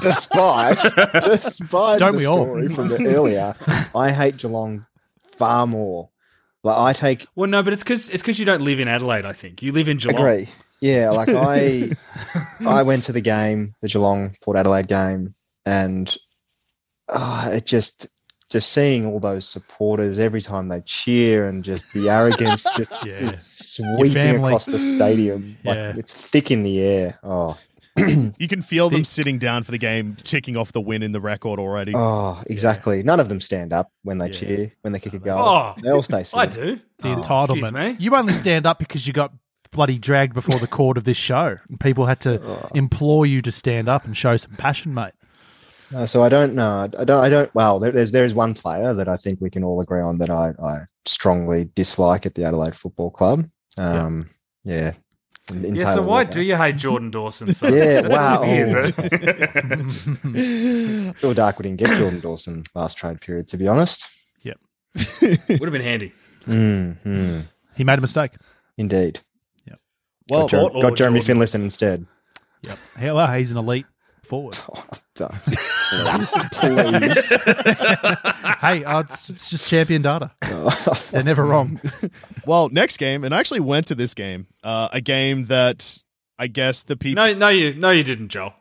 H: despite despite
F: Don't
H: the
F: we all?
H: story from the earlier, I hate Geelong far more. Like I take
E: Well, no, but it's because it's because you don't live in Adelaide. I think you live in Geelong.
H: agree. Yeah, like I I went to the game, the Geelong Port Adelaide game, and uh, it just just seeing all those supporters every time they cheer and just the arrogance just
F: Yeah.
H: is sweeping
F: family.
H: across the stadium. Like
F: Yeah.
H: it's thick in the air. Oh.
G: You can feel them sitting down for the game, ticking off the win in the record already.
H: Oh, exactly. None of them stand up when they
F: Yeah.
H: cheer, when they kick a goal.
E: Oh,
H: They all stay
E: I
H: sitting.
E: do.
F: The
H: Oh,
F: entitlement.
E: excuse me?
F: You only stand up because you got bloody dragged before the court of this show. And people had to implore you to stand up and show some passion, mate.
H: Uh, so I don't know. I don't. I don't. Well, there, there's there is one player that I think we can all agree on that I, I strongly dislike at the Adelaide Football Club. Um, yeah. In- in
E: Yeah. So
H: Taylor
E: why
H: Walker.
E: do you hate Jordan Dawson? So
H: Yeah,
E: much?
H: wow.
E: Yeah, but-
H: Phil Dark didn't get Jordan Dawson last trade period, to be honest.
E: Would have been handy.
H: Mm, mm,
F: He made a mistake.
H: indeed.
G: well,
H: got, Jer-
E: or
H: got Jeremy
E: Jordan.
H: Finlayson instead.
F: Yep. Well, uh, he's an elite forward.
H: Don't. Please. please.
F: hey, uh, it's, it's just champion data. They're never wrong.
G: Well, next game, and I actually went to this game, uh, a game that I guess the people.
E: No, no, you, no, you didn't, Joel.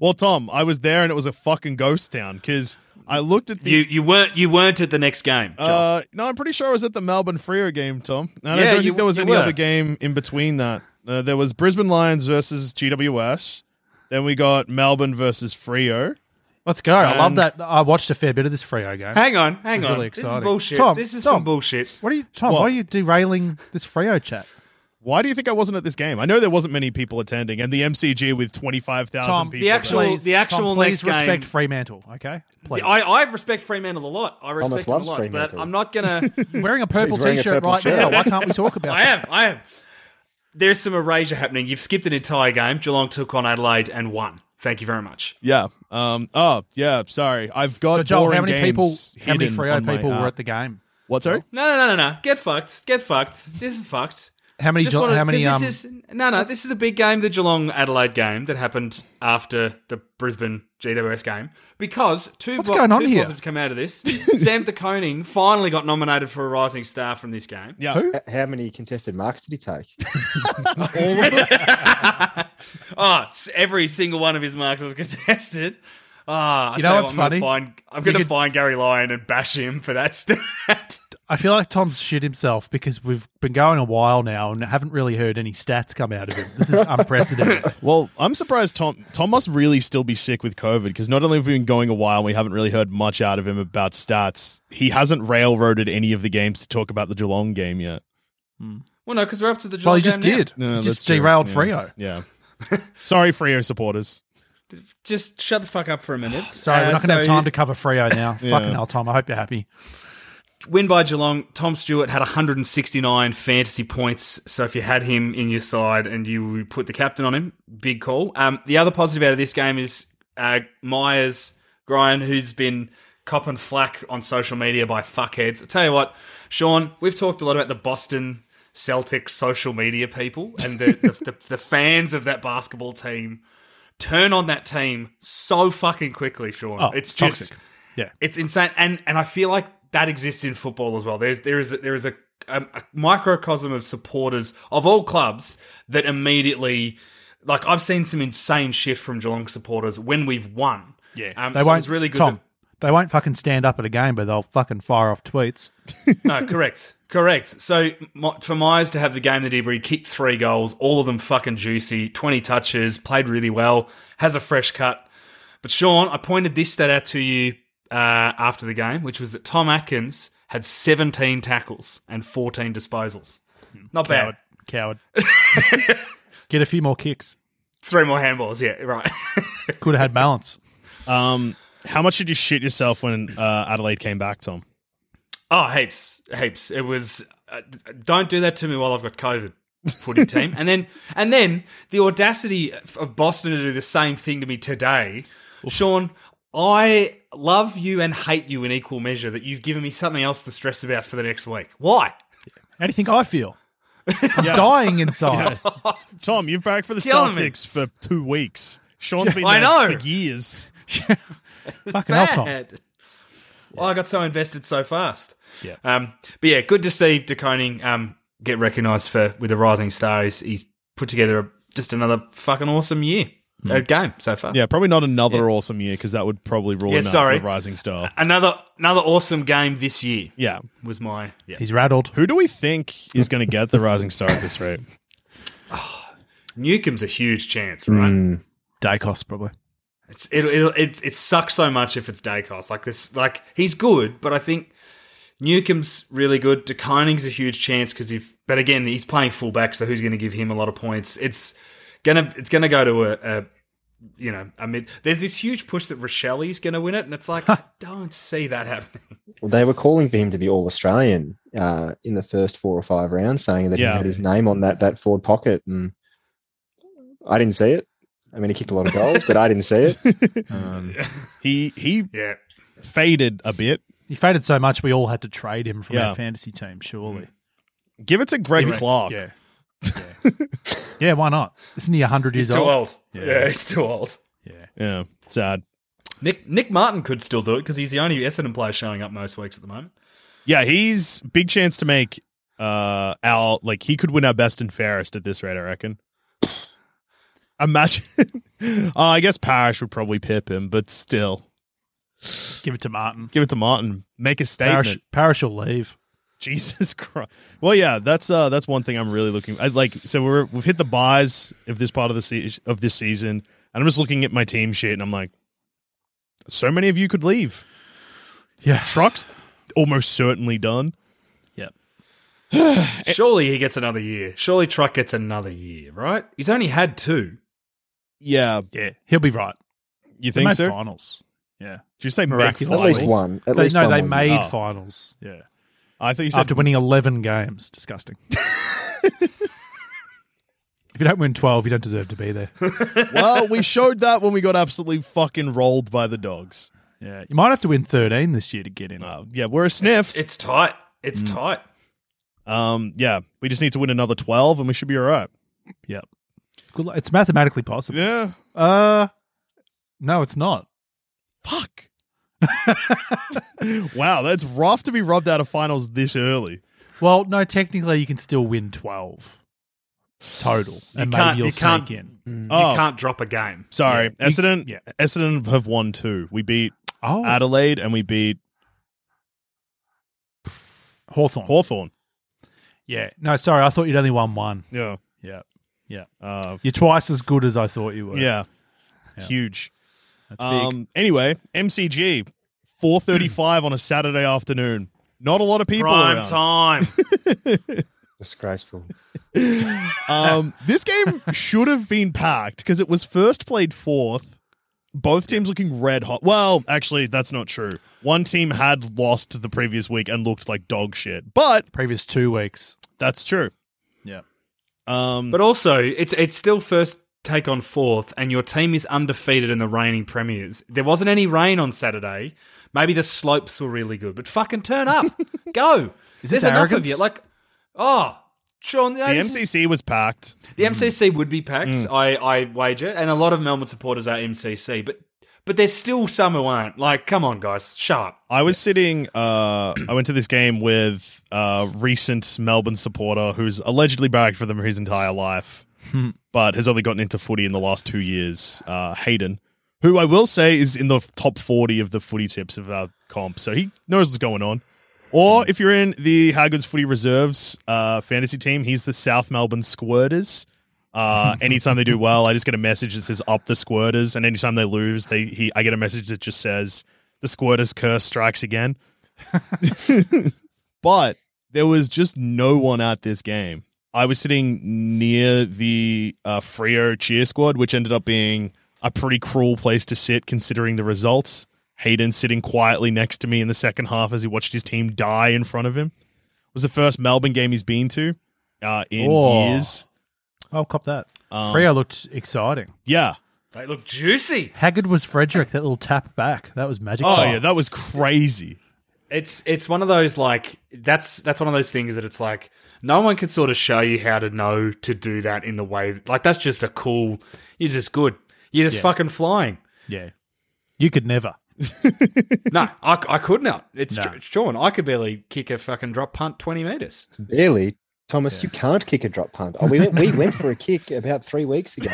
G: Well, Tom, I was there and it was a fucking ghost town because I looked at the.
E: You, you weren't, you weren't at the next game. Joel.
G: uh, no, I'm pretty sure I was at the Melbourne Freo game, Tom. And I
E: Yeah,
G: don't
E: you-
G: think there was
E: you
G: any
E: were.
G: other game in between that. Uh, there was Brisbane Lions versus GWS. Then we got Melbourne versus Freo.
F: Let's go. I
H: Um,
F: love
G: And-
F: that. I watched a fair bit of this Freo game.
E: hang on, hang
F: It's
E: on.
F: really
E: this is
F: exciting.
E: bullshit.
F: Tom,
E: this is
F: Tom.
E: some bullshit.
F: What are you, Tom?
G: What?
F: Why are you derailing this Freo chat?
G: Why do you think I wasn't at this game? I know there wasn't many people attending, and the MCG with twenty five
F: Tom,
G: thousand people.
E: the actual-
F: please,
E: the actual
F: Tom, please
E: next
F: respect
E: game-
F: Fremantle. Okay, please.
E: I, I respect Fremantle a lot. I respect them a
H: loves
E: lot,
H: Fremantle.
E: but I'm not gonna.
F: You're wearing a purple
H: He's wearing a
F: t-shirt
H: purple
F: right
H: shirt.
F: now. Why can't we talk about?
E: I
F: that?
E: am. I am. There's some erasure happening. You've skipped an entire game. Geelong took on Adelaide and won. Thank you very much.
G: Yeah. Um. Oh, yeah. Sorry, I've got.
F: So, Joel, how
G: boring
F: many people?
G: games
F: How many
G: hidden
F: Freo
G: on my
F: people were
G: app.
F: at the game?
G: What? Sorry.
E: No, no, no, no, no. Get fucked. Get fucked. This is fucked.
F: How many?
E: Just
F: Jo-
E: wanna-
F: how many?
E: 'cause
F: Um,
E: This is, no, no. This is a big game, the Geelong Adelaide game that happened after the Brisbane GWS game. Because two,
F: What's going on
E: two
F: here?
E: positives come out of this. Sam De Koning finally got nominated for a Rising Star from this game.
G: Yeah.
F: Who?
H: How many contested marks did he take?
G: All of them?
E: Oh, s- every single one of his marks was contested. Ah, I
F: You
E: tell
F: know
E: what,
F: what's
E: I'm gonna
F: funny?
E: Find, I'm going to
F: could-
E: find Gary Lyon and bash him for that stat.
F: I feel like Tom's shit himself because we've been going a while now and haven't really heard any stats come out of him. This is unprecedented.
G: Well, I'm surprised Tom. Tom must really still be sick with COVID because not only have we been going a while, and we haven't really heard much out of him about stats. He hasn't railroaded any of the games to talk about the Geelong game yet.
E: well, no, because we're up to the Geelong
F: well, he just
E: game now.
F: did.
G: No,
F: He
G: that's
F: just
G: true.
F: derailed
G: Yeah.
F: Freo.
G: Yeah. Sorry, Freo supporters.
E: Just shut the fuck up for a minute.
F: Sorry, we're
E: Uh,
F: not going to have
E: so-
F: time to cover Freo now. Fucking
G: Yeah.
F: hell, Tom. I hope you're happy.
E: win by Geelong. Tom Stewart had 169 fantasy points. So if you had him in your side and you put the captain on him, big call. Um, the other positive out of this game is uh, Myers Ryan, who's been copping flack on social media by fuckheads. I tell you what, Sean, we've talked a lot about the Boston Celtics social media people and the, the, the, the fans of that basketball team. Turn on that team so fucking quickly, Sean.
F: Oh,
E: it's
F: it's
E: just
F: toxic. Yeah.
E: it's insane, and and I feel like that exists in football as well. There's there is there is a, a, a microcosm of supporters of all clubs that immediately, like I've seen some insane shit from Geelong supporters when we've won. Yeah, um,
F: They
E: so
F: won't.
E: it's really good.
F: Tom,
E: that-
F: they won't fucking stand up at a game, but they'll fucking fire off tweets.
E: no, correct. Correct. So my- for Myers to have the game that he did, where he kicked three goals, all of them fucking juicy, 20 touches, played really well, has a fresh cut. But Sean, I pointed this stat out to you uh, after the game, which was that Tom Atkins had 17 tackles and 14 disposals. Not bad.
F: Coward. Coward. Get a few more kicks.
E: Three more handballs, yeah, right.
F: Could have had balance.
G: Um, how much did you shit yourself when uh, Adelaide came back, Tom?
E: Oh, heaps, heaps. It was. Uh, don't do that to me while I've got COVID. Footy team, and then and then the audacity of Boston to do the same thing to me today, Sean. I love you and hate you in equal measure. That you've given me something else to stress about for the next week. Why?
F: How do you think I feel? I'm dying inside.
G: Tom, you've back for the
E: killing me.
G: Celtics for two weeks. Sean's been
E: I
G: there
E: know.
G: for years.
E: It's
F: Fucking hell, Tom.
E: Well, I got so invested so fast.
F: Yeah.
E: Um, but yeah, good to see DeConing um, get recognised for with the Rising Star. He's, he's put together a, just another fucking awesome year,
F: Hmm.
E: uh, game so far.
G: Yeah, probably not another awesome year because that would probably rule
E: Yeah,
G: him out
E: sorry.
G: for the Rising Star.
E: Another another awesome game this year
G: Yeah.
E: was my. Yeah.
F: He's rattled.
G: Who do we think is going to get the Rising Star at this rate?
E: Newcomb's a huge chance, right?
F: Dacos, probably.
E: It's it, it it it sucks so much if it's Dacos. Like this, like he's good, but I think Newcomb's really good. DeConing's a huge chance because if, but again, he's playing fullback, so who's going to give him a lot of points? It's gonna it's gonna go to a. a you know, I mean, there's this huge push that Rochelle's going to win it, and it's like I don't see that happening.
H: Well, they were calling for him to be all Australian uh, in the first four or five rounds, saying that
G: Yeah.
H: he had his name on that that forward pocket, and I didn't see it. I mean, he kicked a lot of goals, but I didn't see it. Um,
G: He he
E: Yeah,
G: faded a bit.
F: He faded so much we all had to trade him from
G: Yeah.
F: our fantasy team, surely.
G: Give it to Greg
E: Correct.
G: Clark.
F: Yeah. Yeah. yeah, why not? Isn't he 100
E: he's
F: years
E: too old.
F: Yeah.
E: yeah, he's too old.
F: Yeah.
G: Yeah, sad.
E: Nick Nick Martin could still do it because he's the only Essendon player showing up most weeks at the moment.
G: Yeah, he's big chance to make uh our like he could win our best and fairest at this rate, I reckon. Imagine uh, I guess Parrish would probably pip him, but still.
F: Give it to Martin.
G: Give it to Martin. Make a statement.
F: Parish, Parish will leave.
G: Jesus Christ. Well, yeah, that's uh that's one thing I'm really looking. I like so we're we've hit the buys of this part of the se- of this season, and I'm just looking at my team sheet, and I'm like, so many of you could leave.
F: Yeah.
G: Trucks almost certainly done.
F: Yep.
E: Surely he gets another year. Surely Truck gets another year, right? He's only had two.
G: Yeah,
F: Yeah. He'll be right.
G: you
F: They
G: think
F: made
G: so?
F: finals. Yeah.
G: Did you say
H: At
G: miraculous?
H: least one. At
F: they,
H: least
F: no,
H: one
F: they
H: win.
F: made
G: Oh.
F: finals. Yeah.
G: I thought you said
F: After winning 11 games. Disgusting. if you don't win 12, you don't deserve to be there.
G: well, we showed that when we got absolutely fucking rolled by the dogs.
F: Yeah. You might have to win 13 this year to get in.
G: Uh, yeah, we're a sniff.
E: It's tight. It's tight.
G: Um, yeah, we just need to win another twelve, and we should be all right.
F: Yep. Good luck. It's mathematically possible.
G: Yeah.
F: Uh, no, it's not.
G: Fuck. wow, that's rough to be rubbed out of finals this early.
F: Well, no, technically you can still win 12 total. and
E: can't-
F: maybe you'll
E: you can't- Mm.
F: sneak in.
G: Oh,
E: You can't drop a game.
G: sorry,
F: yeah.
G: Essendon.
F: Yeah.
G: Essendon have won two. We beat
F: Oh,
G: Adelaide and we beat
F: Hawthorne.
G: Hawthorn.
F: yeah. No, sorry. I thought you'd only won one.
G: Yeah.
F: Yeah. Yeah.
G: Uh,
F: You're twice as good as I thought you were.
G: yeah.
F: Yeah.
G: Huge.
F: That's big.
G: Um, anyway, MCG, four thirty-five on a Saturday afternoon. Not a lot of people
E: Prime
G: around.
E: time.
H: Disgraceful.
G: Um, this game should have been packed because it was first played fourth. Both teams looking red hot. Well, actually, that's not true. One team had lost the previous week and looked like dog shit, but
F: Previous two weeks.
G: that's true.
F: Yeah.
G: Um,
E: but also, it's it's still first take on fourth, and your team is undefeated in the reigning premiers. There wasn't any rain on Saturday. Maybe the slopes were really good, but fucking turn up, go.
F: Is this
E: There's enough of
F: arrogance?
E: you. Like, oh, Sean, the
G: the MCC was packed.
E: The MCC would be packed, I, I wager, and a lot of Melbourne supporters are MCC, but but there's still some who aren't. Like, come on, guys, sharp.
G: I was sitting. Uh, I went to this game with a recent Melbourne supporter who's allegedly barracked for them his entire life, but has only gotten into footy in the last two years. Uh, Hayden, who I will say is in the top forty of the footy tips of our comp, so he knows what's going on. Or if you're in the Hargoods Footy Reserves uh, fantasy team, he's the South Melbourne Squirters. Uh, anytime they do well, I just get a message that says "up the squirters," and anytime they lose, they he, I get a message that just says "the squirters curse strikes again." but there was just no one at this game. I was sitting near the uh, Frio cheer squad, which ended up being a pretty cruel place to sit considering the results. Hayden sitting quietly next to me in the second half as he watched his team die in front of him. It was the first Melbourne game he's been to uh, in
F: Oh.
G: years.
F: I'll cop that.
G: Um,
F: Freo looked exciting.
G: Yeah.
E: They look juicy.
F: Haggard was Frederick. That little tap back. That was magic.
G: Oh
F: time.
G: yeah, that was crazy.
E: It's it's one of those like that's that's one of those things that it's like no one can sort of show you how to know to do that in the way like that's just a cool. You're just good. You're just fucking flying.
F: yeah. You could never.
E: No, I, I could not. It's
F: No.
E: tr- Sean. I could barely kick a fucking drop punt twenty meters.
H: Barely. Thomas, you can't kick a drop punt. Oh, we went we went for a kick about three weeks ago.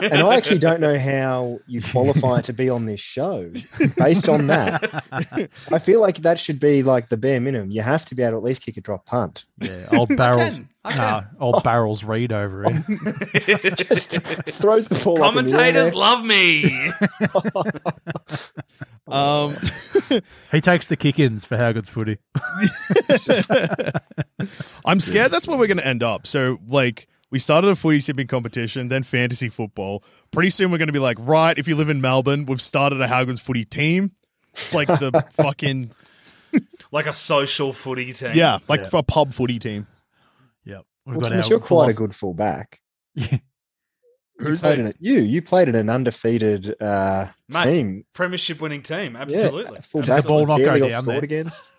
H: And I actually don't know how you qualify to be on this show based on that. I feel like that should be like the bare minimum. You have to be able to at least kick a drop punt.
F: Yeah. Old barrels.
E: I can. Oh.
F: Nah, old barrels read over it.
H: Just throws the ball. up in the
E: Commentators
H: air.
E: love me.
G: Um,
F: He takes the kick ins for Haggard's footy.
G: I'm scared that's where we're going to end up. So, like, we started a footy tipping competition, then fantasy football. Pretty soon, we're going to be like, right, if you live in Melbourne, we've started a Hagrid's footy team. It's like the fucking,
E: like a social footy team.
G: yeah, like a pub footy team.
F: Yep.
H: Well, Thomas, you're quite a good fullback.
F: good.
G: Who's
H: Played in it.
G: that?
H: You you played in an undefeated uh,
E: Mate,
H: team.
E: premiership winning team.
H: Yeah,
E: Absolutely.
H: fullback
F: Did the ball
H: that
F: not go
H: barely got
F: down
H: scored
F: there?
H: against.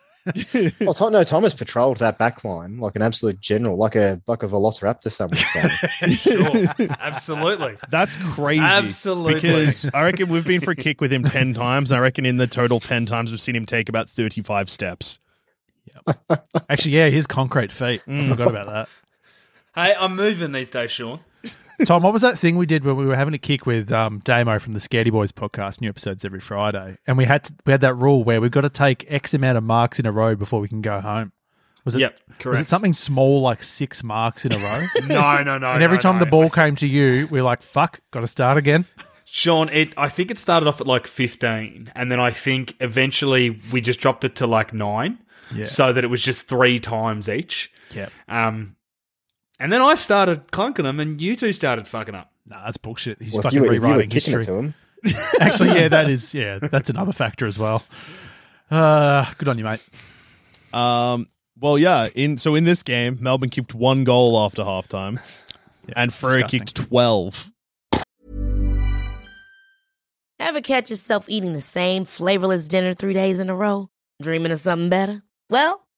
H: Well, Tom, no, Thomas patrolled that back line like an absolute general, like a like a velociraptor somewhere.
E: sure, absolutely.
G: That's crazy.
E: Absolutely.
G: Because I reckon we've been for a kick with him 10 times. And I reckon in the total 10 times, we've seen him take about 35 steps.
F: Actually, yeah, his concrete feet.
H: Mm.
F: I forgot about that.
E: Hey, I'm moving these days, Sean.
F: Tom, what was that thing we did when we were having a kick with um, Damo from the Scaredy Boys podcast? New episodes every Friday, and we had to, we had that rule where we've got to take X amount of marks in a row before we can go home. Was it?
E: Yep,
F: Was
E: correct.
F: it something small like six marks in a row?
E: No, no, no.
F: and every
E: no,
F: time
E: no.
F: the ball came to you, we are like, "Fuck, got to start again."
E: Sean, it. I think it started off at like 15, and then I think eventually we just dropped it to like nine,
F: Yeah.
E: so that it was just three times each.
F: Yep.
E: Um, and then I started clunking them, and you two started fucking up.
F: Nah, that's bullshit. He's
H: Well, if
F: fucking
H: you were, if you were
F: rewriting
H: kicking it
F: history.
H: to him.
F: Actually, yeah, that is yeah, that's another factor as well. Uh, good on you, mate.
G: Um, well, yeah. In So in this game, Melbourne kicked one goal after halftime, and Freo
F: disgusting.
G: kicked 12.
K: Ever catch yourself eating the same flavorless dinner three days in a row? Dreaming of something better? Well,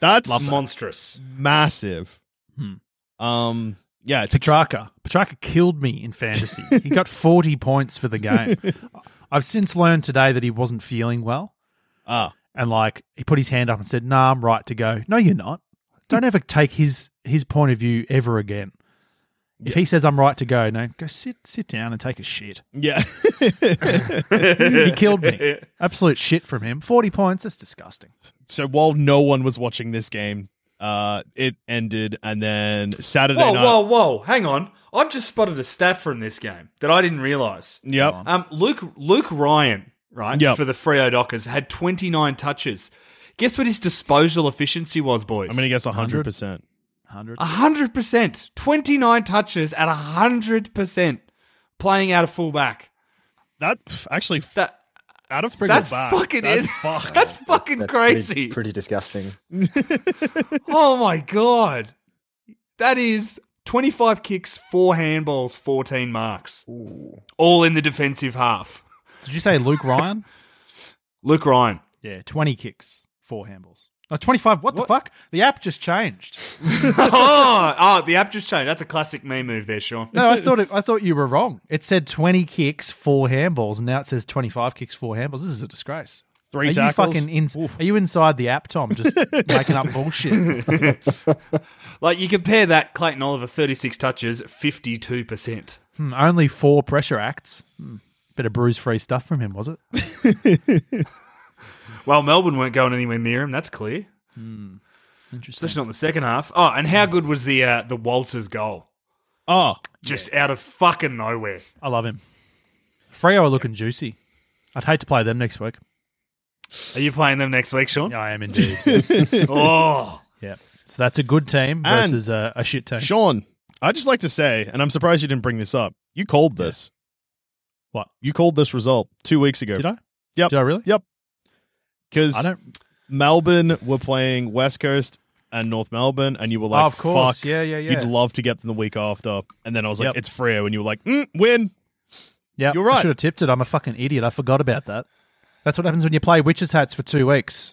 G: That's
E: Monstrous.
G: massive.
E: Hmm.
G: Um, yeah. It's a
F: Petrarca. Petrarca killed me in fantasy. he got 40 points for the game. I've since learned today that he wasn't feeling well.
G: Ah.
F: And like he put his hand up and said, Nah, I'm right to go. No, you're not. Don't ever take his his point of view ever again. If he says I'm right to go, no, go sit sit down and take a shit.
G: Yeah.
F: He killed me. Absolute shit from him. Forty points, that's disgusting.
G: so while no one was watching this game, uh, it ended, and then Saturday
E: Whoa,
G: night.
E: whoa, whoa! Hang on. I've just spotted a stat from this game that I didn't realize.
G: Yep.
E: Um, Luke Luke Ryan, right,
G: Yep.
E: for the Freo Dockers, had 29 touches. Guess what his disposal efficiency was, boys?
G: I'm gonna guess hundred percent.
F: Hundred.
E: 100%. 29 touches at 100% playing out of fullback.
G: That pff, actually f-
E: That
G: out of
E: that's
G: back.
E: fucking
G: that's
E: is-
G: fucked.
E: That's fucking
H: That's pretty-
E: crazy.
H: Pretty, disgusting.
E: Oh my god. That is 25 kicks, 4 handballs, 14 marks. All in the defensive half.
F: Did you say Luke Ryan?
E: Luke Ryan.
F: yeah, twenty kicks, four handballs. No, twenty five. What, the fuck? The app just changed.
E: oh, oh, the app just changed. That's a classic me move there, Sean.
F: No, I thought it, I thought you were wrong. It said twenty kicks, four handballs, and now it says twenty five kicks, four handballs. This is a disgrace.
G: Three
F: are
G: tackles.
F: You fucking in, are you inside the app, Tom? Just making up bullshit.
E: Like you compare that Clayton Oliver 36 touches, 52%.
F: Hmm, only four pressure acts. Hmm. Bit of bruise free stuff from him, was it?
E: Well, Melbourne weren't going anywhere near him, that's clear.
F: Interesting.
E: Especially not in the second half. Oh, and how good was the uh, the Walters goal?
G: oh,
E: Just out of fucking nowhere.
F: I love him. Freo are looking juicy. I'd hate to play them next week.
E: Are you playing them next week, Sean?
F: Yeah, I am indeed.
E: Oh.
F: yeah. So that's a good team
G: And-
F: versus a, a shit team.
G: Sean. I just like to say, and I'm surprised you didn't bring this up. You called this.
F: What?
G: You called this result two weeks ago.
F: Did I?
G: Yep.
F: Did I really?
G: Yep. Because
F: I don't.
G: Melbourne were playing West Course and North Melbourne, and you were like,
F: Oh, of course.
G: fuck,
F: Yeah, yeah, yeah.
G: You'd love to get them the week after." And then I was like,
F: Yep.
G: "It's Freo," and you were like, mm, "Win."
F: Yeah,
G: You're right.
F: I should have tipped it. I'm a fucking idiot. I forgot about that. That's what happens when you play witches hats for two weeks.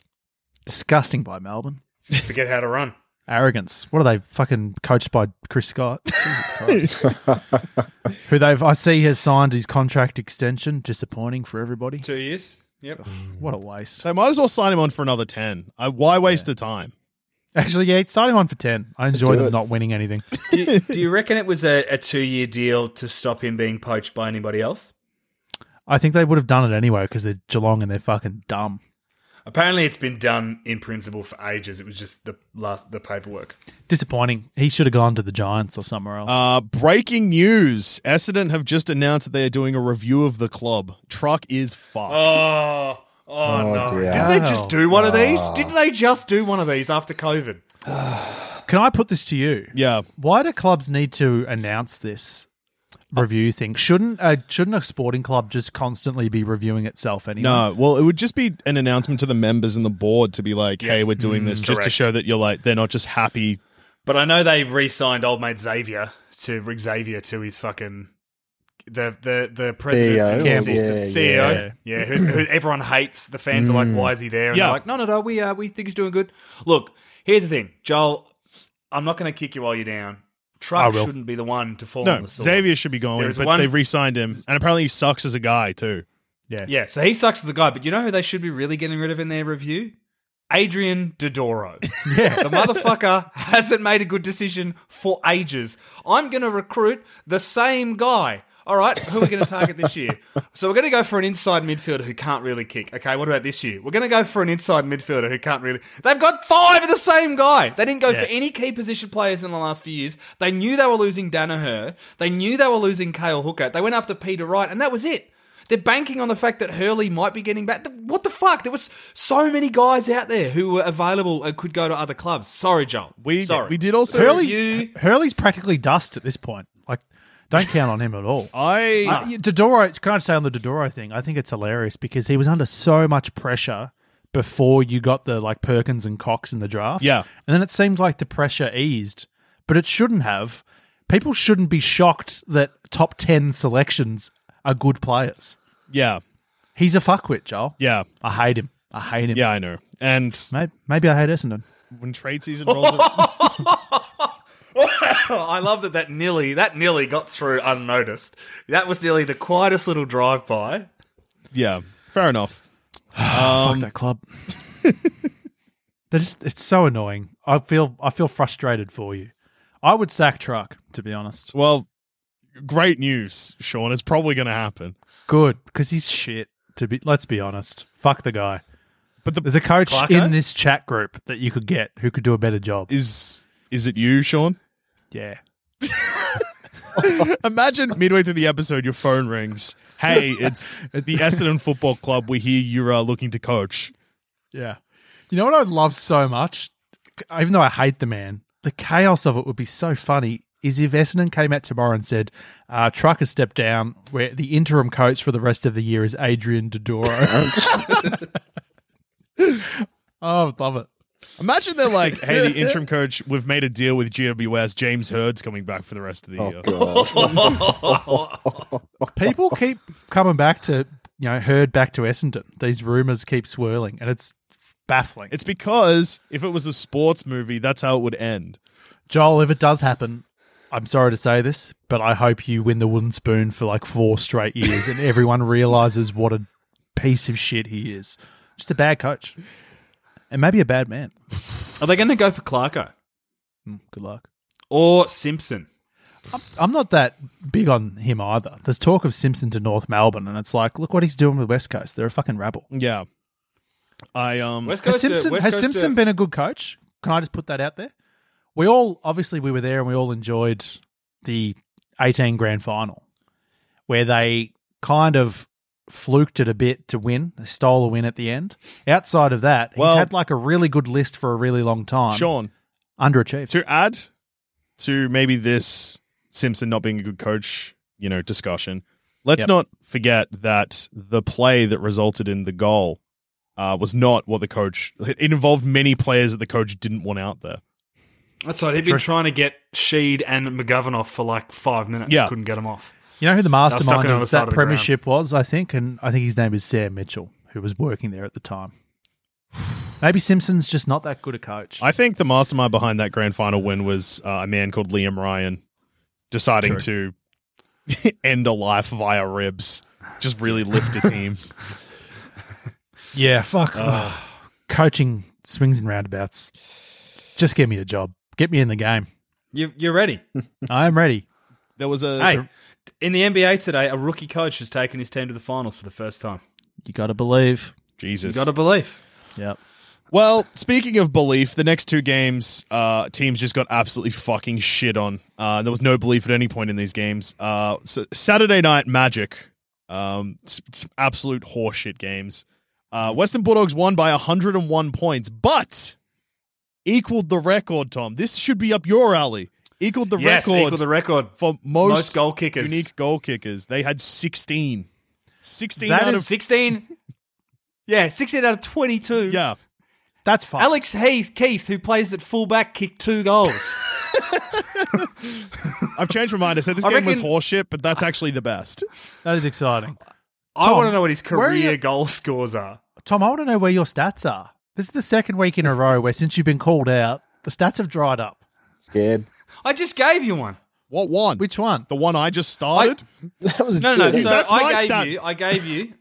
F: Disgusting by Melbourne.
E: Forget how to run.
F: Arrogance. What are they fucking coached by Chris Scott? Jesus Christ. Who they've I see has signed his contract extension. Disappointing for everybody.
E: Two years. Yep.
F: What a waste.
G: They might as well sign him on for another ten. I, why waste Uh, the time?
F: Actually, yeah, it's starting on for 10. I enjoy
H: do
F: them
H: it.
F: not winning anything.
E: do, do you reckon it was a, a two year deal to stop him being poached by anybody else?
F: I think they would have done it anyway because they're Geelong and they're fucking dumb.
E: Apparently, it's been done in principle for ages. It was just the last the paperwork.
F: Disappointing. He should have gone to the Giants or somewhere else.
G: Uh, breaking news: Essendon have just announced that they are doing a review of the club. Truck is fucked.
E: Oh, oh, no!
H: dear. Oh.
E: Didn't they just do one of these? Didn't they just do one of these after COVID?
F: Can I put this to you?
G: yeah,
F: Why do clubs need to announce this review thing? Shouldn't a, shouldn't a sporting club just constantly be reviewing itself anyway?
G: no. Well, it would just be an announcement to the members and the board to be like, "Hey, we're
F: Mm,
G: doing this," just to
E: correct.
G: show that you're like they're not just happy.
E: But I know they re-signed old mate Xavier to Rick Xavier to his fucking the the the president
H: CEO,
E: CEO,
H: E yeah, Hmm.
E: CEO, yeah, who, who everyone hates. The fans are like, "Why is he there?" And
G: Yeah.
E: they're like, "No, no, no, we uh, we think he's doing good." Look, here's the thing, Joel. I'm not going to kick you while you're down.
F: I
E: Truck
F: will.
E: shouldn't be the one to fall on
G: No,
E: the sword.
G: Xavier should be going,
E: There's
G: but
E: one-
G: they've re-signed him, and apparently he sucks as a guy too.
E: Yeah, so he sucks as a guy, but you know who they should be really getting rid of in their review? Adrian Dodoro. Yeah. the motherfucker hasn't made a good decision for ages. I'm going to recruit the same guy. All right, who are we going to target this year? So we're going to go for an inside midfielder who can't really kick. Okay, what about this year? We're going to go for an inside midfielder who can't really. They've got five of the same guy. They didn't go for any key position players in the last few years. They knew they were losing Danaher. They knew they were losing Kale Hooker. They went after Peter Wright, and that was it. They're banking on the fact that Hurley might be getting back. Th- What the fuck? There was so many guys out there who were available and could go to other clubs. Sorry, Joel.
G: We
E: Sorry.
G: we did also.
F: Hurley,
E: you-
F: Hurley's practically dust at this point. Like, don't count on him at all.
G: I
F: Uh, Dodoro, can I say on the Dodoro thing? I think it's hilarious because he was under so much pressure before you got the like Perkins and Cox in the draft.
G: Yeah.
F: And then it seemed like the pressure eased, but it shouldn't have. People shouldn't be shocked that top 10 selections are good players.
G: yeah
F: He's a fuckwit, Joel.
G: yeah
F: I hate him. I hate him.
G: yeah I know. And
F: Maybe, maybe I hate Essendon.
G: when trade season rolls, up,
E: I love that that Nilly, that Nilly got through unnoticed. That was nearly the quietest little drive by.
G: yeah, fair enough. Um,
F: Fuck that club. They're just, it's so annoying. I feel I feel frustrated for you. I would sack truck, to be honest.
G: Well, great news, Sean. It's probably going to happen.
F: Good, because he's shit. To be, let's be honest. Fuck the guy.
G: But the
F: There's a coach
E: Clarko?
F: in this chat group that you could get who could do a better job.
G: is is it you, Sean?
F: yeah.
G: Imagine midway through the episode, your phone rings. Hey, it's the Essendon Football Club. We hear you're uh, looking to coach.
F: Yeah. You know what I love so much, even though I hate the man, the chaos of it would be so funny. Is if Essendon came out tomorrow and said, uh, "Truck has stepped down," where the interim coach for the rest of the year is Adrian Dodoro. oh, I'd love it.
G: Imagine they're like, hey, the interim coach, we've made a deal with GWS. James Hurd's coming back for the rest of the year.
F: People keep coming back to you know heard back to Essendon. These rumors keep swirling, and it's baffling.
G: It's because if it was a sports movie, that's how it would end.
F: Joel, if it does happen, I'm sorry to say this, but I hope you win the wooden spoon for like four straight years and everyone realizes what a piece of shit he is. Just a bad coach. And maybe a bad man.
E: Are they going to go for Clarko
F: Mm, Good luck.
E: or Simpson?
F: I'm not that big on him either. There's talk of Simpson to North Melbourne, and it's like, look what he's doing with West Coast. They're a fucking rabble.
G: Yeah. I, um,
E: West
F: Has
E: Coast to-
F: Simpson,
E: West
F: has
E: Coast
F: Simpson
E: to-
F: been a good coach? Can I just put that out there? We all obviously we were there and we all enjoyed the 18 grand final where they kind of fluked it a bit to win. They stole a win at the end. Outside of that,
G: Well-
F: he's had like a really good list for a really long time.
G: Sean,
F: Underachieved.
G: to add to maybe this Simpson not being a good coach, you know, discussion, let's
F: Yep.
G: not forget that the play that resulted in the goal uh, was not what the coach. It involved many players that the coach didn't want out there.
E: That's right. He'd been trying to get Sheed and McGovern off for like five minutes.
G: Yeah.
E: Couldn't get them off.
F: You know who the
E: stuck it on
F: mastermind
E: the
F: of
E: side of
F: that
E: the ground.
F: premiership was, I think, and I think his name is Sam Mitchell, who was working there at the time. Maybe Simpson's just not that good a coach.
G: I think the mastermind behind that grand final win was uh, a man called Liam Ryan deciding to end a life via ribs. Just really lift a team.
F: Yeah, fuck. Coaching swings and roundabouts. Just give me a job. Get me in the game.
E: You, you're ready.
F: I am ready.
G: There was a
E: hey, in the NBA today, a rookie coach has taken his team to the finals for the first time.
D: You got to believe.
G: Jesus.
E: Got to believe.
D: Yep.
G: Well, speaking of belief, the next two games, uh, teams just got absolutely fucking shit on. Uh, there was no belief at any point in these games. Uh, so Saturday night Magic, um, s- s- absolute horseshit games. Uh, Western Bulldogs won by 101 points, but equaled the record. Tom, this should be up your alley. Equaled the
E: yes,
G: record
E: equal the record.
G: for most,
E: Most goal kickers.
G: Unique goal kickers. They had 16. 16
F: That
G: out
F: is-
G: of
E: 16. yeah, 16 out of 22.
G: yeah.
F: That's fine.
E: Alex Heath, Keith, who plays at fullback, kicked two goals.
G: I've changed my mind. I said this
E: I
G: game was
E: reckon-
G: horseshit, but that's actually the best.
F: that is exciting.
E: I
F: Tom,
E: want to know what his
F: where are
E: career
F: you-
E: goal scores are.
F: Tom, I want to know where your stats are. This is the second week in a row where since you've been called out, the stats have dried up.
H: Scared.
E: I just gave you one.
G: What one?
F: Which one?
G: the one I just started?
H: That was
E: No,
H: good.
E: no, no. So
G: That's my
E: I gave
G: stat.
E: you. I gave you.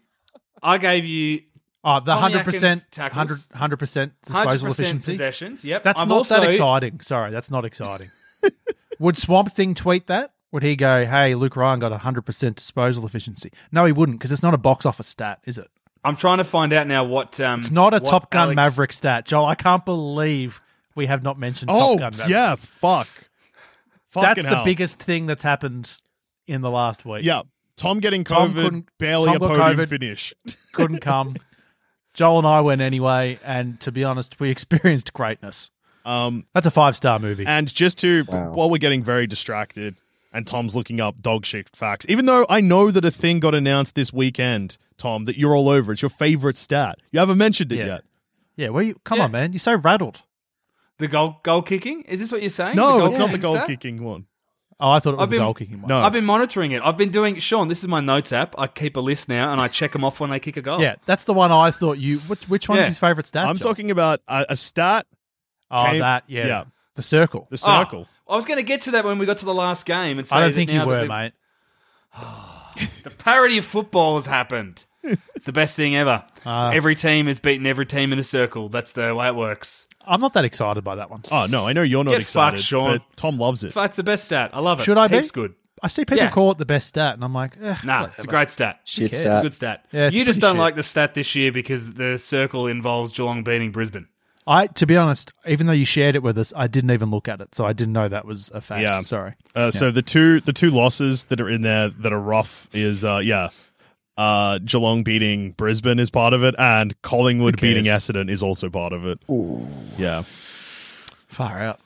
E: I gave you
F: Oh, the
E: Tommy
F: hundred percent,
E: Atkins tackles.
F: hundred percent
E: 100%
F: disposal efficiency.
E: possessions. Yep.
F: That's
E: I'm
F: not
E: also,
F: that exciting. Sorry, that's not exciting. Would Swamp Thing tweet that? Would he go, "Hey, Luke Ryan got hundred percent disposal efficiency"? No, he wouldn't, because it's not a box office stat, is it?
E: I'm trying to find out now what. Um,
F: It's not a
E: what
F: Top Gun
E: Alex-
F: Maverick stat, Joel. I can't believe we have not mentioned
G: oh,
F: Top Gun Maverick.
G: yeah. Fuck.
F: that's
G: Fucking
F: the
G: hell.
F: biggest thing that's happened in the last week.
G: Yeah. Tom getting
F: Tom
G: COVID,
F: couldn't-
G: barely
F: Tom
G: a
F: got
G: podium
F: COVID.
G: finish.
F: couldn't come. Joel and I went anyway, and to be honest, we experienced greatness.
G: Um,
F: That's a five star movie.
G: and just to,
H: Wow.
G: while we're getting very distracted and Tom's looking up dog shit facts, even though I know that a thing got announced this weekend, Tom, that you're all over. It's your favorite stat. You haven't mentioned it
F: Yeah.
G: yet.
F: yeah, where you? Come
E: Yeah.
F: on, man, you're so rattled.
E: The goal goal kicking? Is this what you're saying?
G: No,
E: The
G: it's not the
E: kicking
G: goal
E: stat?
G: kicking one.
F: Oh, I thought it was
E: I've
F: the
E: been-
F: goal kicking one.
G: No.
E: I've been monitoring it. I've been doing Sean. This is my notes app. I keep a list now and I check them off when they kick a goal.
F: Yeah, that's the one I thought you. Which, which one's
E: oh. Yeah.
F: his favorite stat?
G: I'm
F: Joel?
G: talking about a, a stat,
F: Oh,
G: came-
F: that yeah,
G: yeah.
F: the circle.
G: the
E: Ah,
G: circle.
E: I was going to get to that when we got to the last game and say
F: I don't
E: that
F: think you
E: now that
F: were,
E: they've-
F: mate.
E: The parody of football has happened. It's the best thing ever.
F: Ah.
E: every team has beaten every team in a circle. That's the way it works.
F: I'm not that excited by that one.
G: Oh no, I know you're not
E: Get
G: excited,
E: fucked, Sean.
G: but Tom loves it.
E: That's the best stat. I love it.
F: Should I be?
E: Heaps good.
F: I see people
E: Yeah.
F: call it the best stat, and I'm like, eh,
E: Nah, it's a great stat.
H: Shit
E: It's a
H: stat.
E: good stat.
F: Yeah, it's
E: you just
F: pretty
E: don't
F: shit.
E: like the stat this year because the circle involves Geelong beating Brisbane.
F: I to be honest, even though you shared it with us, I didn't even look at it, so I didn't know that was a fact.
G: Yeah.
F: sorry.
G: Uh, So the two the two losses that are in there that are rough is uh yeah, uh Geelong beating Brisbane is part of it, and Collingwood
F: Who cares?
G: beating Essendon is also part of it. Yeah,
F: Far out.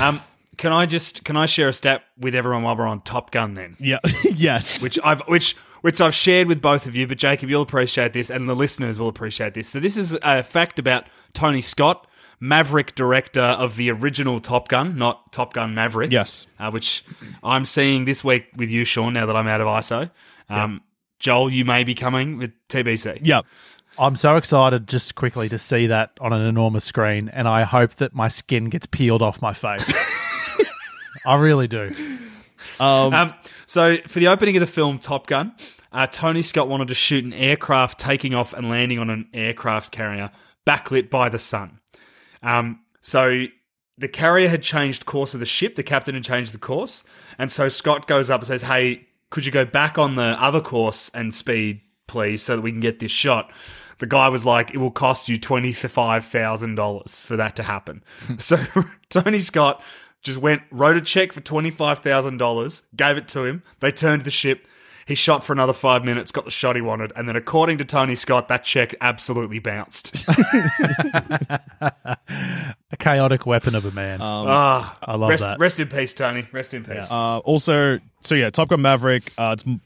E: Um, can I just can I share a stat with everyone while we're on Top Gun then?
G: yeah, yes.
E: Which I've which which I've shared with both of you, but Jacob, you'll appreciate this, and the listeners will appreciate this. So this is a fact about Tony Scott, Maverick director of the original Top Gun, not Top Gun Maverick.
G: Yes.
E: uh, which I'm seeing this week with you, Sean. Now that I'm out of ISO, um, Joel, you may be coming with TBC.
G: yeah,
F: I'm so excited just quickly to see that on an enormous screen, and I hope that my skin gets peeled off my face. I really do.
E: Um, so for the opening of the film Top Gun, uh, Tony Scott wanted to shoot an aircraft taking off and landing on an aircraft carrier backlit by the sun. Um, so the carrier had changed course of the ship. The captain had changed the course, and so Scott goes up and says, "Hey, could you go back on the other course and speed, please, so that we can get this shot?" The guy was like, "It will cost you twenty five thousand dollars for that to happen." so Tony Scott just went, wrote a check for twenty five thousand dollars, gave it to him. They turned the ship. He shot for another five minutes, got the shot he wanted, and then, according to Tony Scott, that check absolutely bounced.
F: A chaotic weapon of a man.
G: Oh.
E: Ah,
F: Um, I love
E: rest,
F: that.
E: rest in peace, Tony. Rest in peace.
G: Uh, also, so yeah, Top Gun Maverick. Uh, it's m-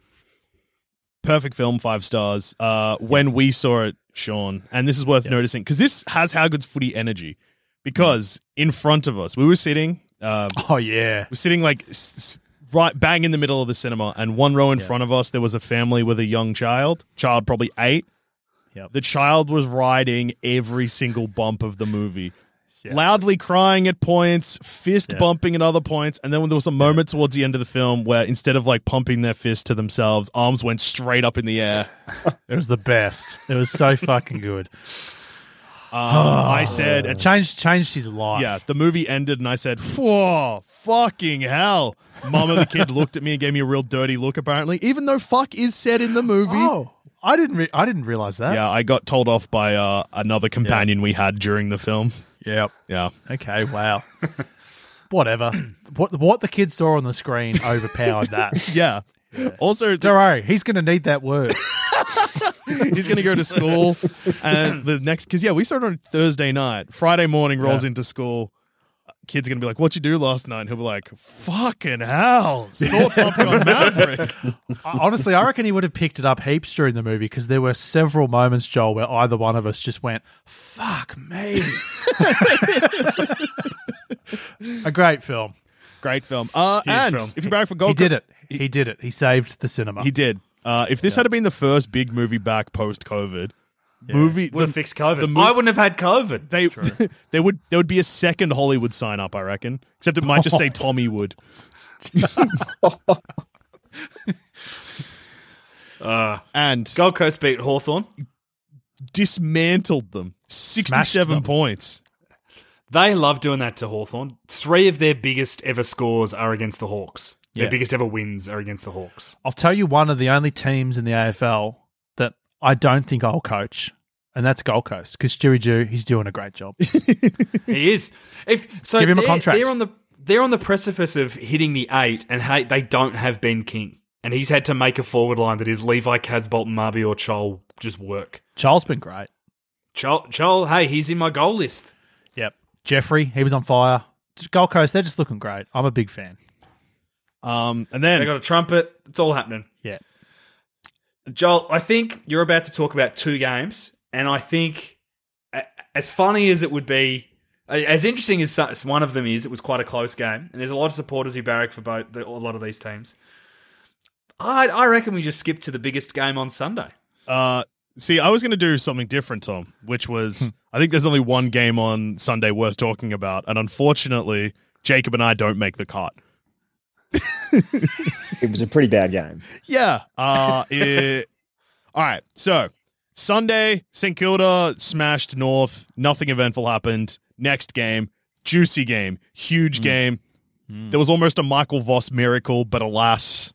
G: perfect film, five stars. Uh, when we saw it, Sean, and this is worth noticing because this has How Good's footy energy. Because in front of us, we were sitting. Uh,
F: oh yeah.
G: we're sitting like s- s- right bang in the middle of the cinema, and one row in front of us, there was a family with a young child, child probably eight.
F: Yep.
G: The child was riding every single bump of the movie. Loudly crying at points, fist bumping at other points, and then when there was a moment towards the end of the film where instead of like pumping their fist to themselves, arms went straight up in the air.
F: It was the best. It was so fucking good.
G: I said, at
F: Changed changed his life.
G: yeah, the movie ended, and I said, "Whoa, fucking hell!" Mama the kid looked at me and gave me a real dirty look. Apparently, even though "fuck" is said in the movie.
F: Oh, I didn't. Re- I didn't realize that.
G: Yeah, I got told off by uh, another companion we had during the film.
F: Yep.
G: Yeah,
F: Okay. Wow. Whatever. What what the kid saw on the screen overpowered that.
G: yeah. Also,
F: Don't worry, he's going to need that word.
G: he's going to go to school, and the next because yeah, we started on Thursday night. Friday morning rolls into school. Kid's going to be like, "What you do last night?" And he'll be like, "Fucking hell, saw something on Maverick."
F: I- Honestly, I reckon he would have picked it up heaps during the movie because there were several moments, Joel, where either one of us just went, "Fuck me." a great film.
G: Great film. Uh,
E: Huge
G: and
E: film.
G: if you're back for
F: He
G: Gold,
F: did it. He did it. He saved the cinema.
G: He did. Uh, if this had been the first big movie back post COVID movie,
E: Would
G: the-
E: have fixed COVID.
G: the mo-
E: I wouldn't have had COVID.
G: They there would there would be a second Hollywood sign up, I reckon. Except it might just
E: Oh.
G: say Tommy Wood.
E: Uh,
G: and
E: Gold Coast beat Hawthorn.
G: dismantled them. Sixty-seven
F: them.
G: points.
E: They love doing that to Hawthorn. Three of their biggest ever scores are against the Hawks.
F: Yeah.
E: Their biggest ever wins are against the Hawks.
F: I'll tell you one of the only teams in the AFL that I don't think I'll coach, and that's Gold Coast because Stewie Jew, he's doing a great job.
E: He is. If so,
F: Give him a
E: they're-
F: contract.
E: They're on the they're on the precipice of hitting the eight, and hey, they don't have Ben King, and he's had to make a forward line that is Levi Casbolt, Marby, or Chol just work.
F: Charles been great.
E: Chol, Chol, hey, he's in my goal list.
F: Yep. Jeffrey, he was on fire. Gold Coast, they're just looking great. I'm a big fan.
G: Um, and
E: They
G: then
E: got a trumpet. It's all happening.
F: Yeah.
E: Joel, I think you're about to talk about two games, and I think a- as funny as it would be, a- as interesting as so- as one of them is, it was quite a close game, and there's a lot of supporters who barrack for both the, a lot of these teams. I, I reckon we just skip to the biggest game on Sunday.
G: uh, see, I was going to do something different, Tom, which
E: Hmm.
G: was I think there's only one game on Sunday worth talking about, and unfortunately, Jacob and I don't make the cut.
H: It was a pretty bad game.
G: Yeah. Uh, it- all right. So Sunday, St Kilda smashed North. Nothing eventful happened. Next game, juicy game,
F: Mm.
G: huge game. There was almost a Michael Voss miracle, but alas,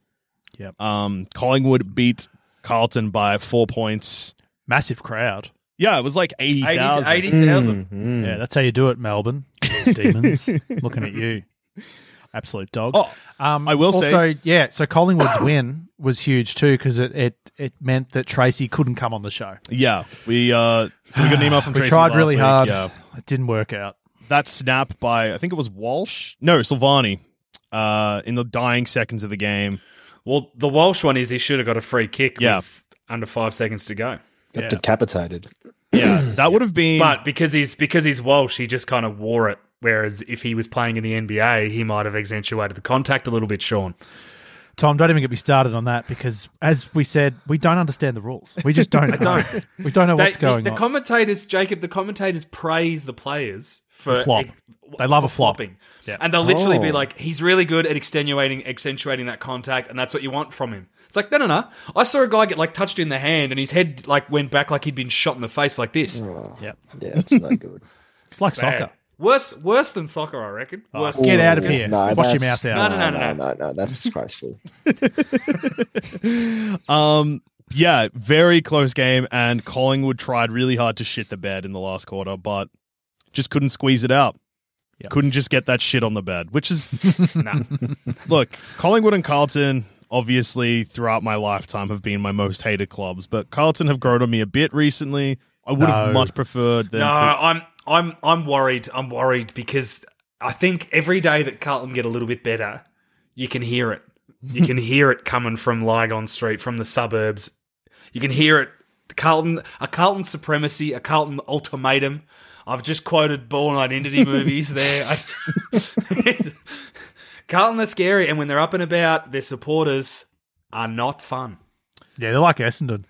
F: Yep.
G: um, Collingwood beat Carlton by four points.
F: Massive crowd.
G: Yeah, it was like eighty
E: 80,000.
G: thousand. Mm.
H: Mhm.
F: Yeah, that's how you do it, Melbourne. Demons. Looking at you. Absolute dog.
G: Oh,
F: um,
G: I will
F: also,
G: say-
F: yeah, so Collingwood's win was huge too because it, it, it meant that Tracy couldn't come on the show.
G: Yeah, we uh, so we got an email from
F: we
G: Tracy
F: tried
G: last
F: really
G: week.
F: hard.
G: Yeah,
F: It didn't work out.
G: that snap by I think it was Walsh. No, Silvani. Uh, in the dying seconds of the game.
E: Well, the Walsh one is he should have got a free kick
G: Yeah.
E: with under five seconds to go.
H: Got decapitated.
G: Yeah, that would have been.
E: But because he's because he's Walsh, he just kind of wore it. Whereas if he was playing in the NBA, he might have accentuated the contact a little bit, Sean.
F: Tom, don't even get me started on that because, as we said, we don't understand the rules. We just don't. I
E: don't.
F: We don't know
E: They-
F: what's going
E: the,
F: on.
E: The commentators, Jacob, the commentators praise the players for
F: The flop. They love a flop.
E: flopping, and they'll literally be
H: Oh.
E: like, "He's really good at extenuating, accentuating that contact, and that's what you want from him." It's like, no, no, no. I saw a guy get like touched in the hand, and his head like went back like he'd been shot in the face, like this.
F: Yep.
H: Yeah, that's no good.
F: It's like
E: Bad.
F: soccer. Oh,
E: Worse, worse than soccer, I reckon. Worse.
F: Get out of
H: Ooh,
F: here. Wash your
H: that's-
F: mouth out.
E: No, no, no, no,
H: no, no, no, That's disgraceful.
G: Um, yeah, very close game, and Collingwood tried really hard to shit the bed in the last quarter, but just couldn't squeeze it out.
F: Yeah.
G: Couldn't just get that shit on the bed, which is
E: Nah.
G: look, Collingwood and Carlton obviously throughout my lifetime have been my most hated clubs, but Carlton have grown on me a bit recently. I would have
F: No.
G: much preferred them
E: No,
G: to.
E: I'm I'm I'm worried. I'm worried because I think every day that Carlton get a little bit better, you can hear it. You can hear it coming from Lygon Street, from the suburbs. You can hear it. Carlton, a Carlton supremacy, a Carlton ultimatum. I've just quoted Born Identity movies there. I- Carlton are scary, and when they're up and about, their supporters are not fun.
F: Yeah, they're like Essendon.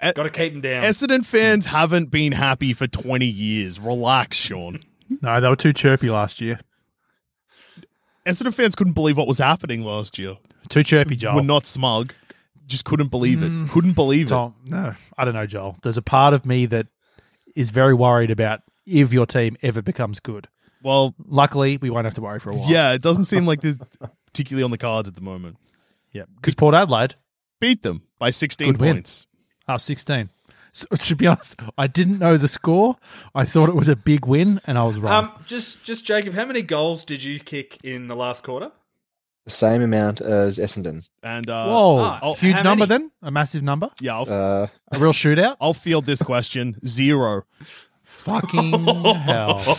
E: Got to keep them down.
G: Essendon fans haven't been happy for 20 years. Relax, Sean.
F: No, they were too chirpy last year.
G: Essendon fans couldn't believe what was happening last year.
F: Too chirpy, Joel.
G: were not smug.
F: Mm.
G: Just couldn't believe it. Couldn't believe it.
F: Tom, no, I don't know, Joel. There's a part of me that is very worried about if your team ever becomes good.
G: Well,
F: Luckily, we won't have to worry for a while.
G: yeah, it doesn't seem like this particularly on the cards at the moment.
F: yeah. Because Port Adelaide,
G: Beat them by 16
F: Good win.
G: points.
F: oh, 16. So, to be honest, I didn't know the score. I thought it was a big win, and I was wrong.
E: Um, just just Jacob, how many goals did you kick in the last quarter?
H: The same amount as Essendon.
G: And uh,
F: Whoa,
E: oh,
F: huge
E: how
F: number
E: many?
F: then, a massive number,
G: yeah, I'll,
H: Uh,
F: a real shootout.
G: I'll field this question. Zero.
F: Fucking hell!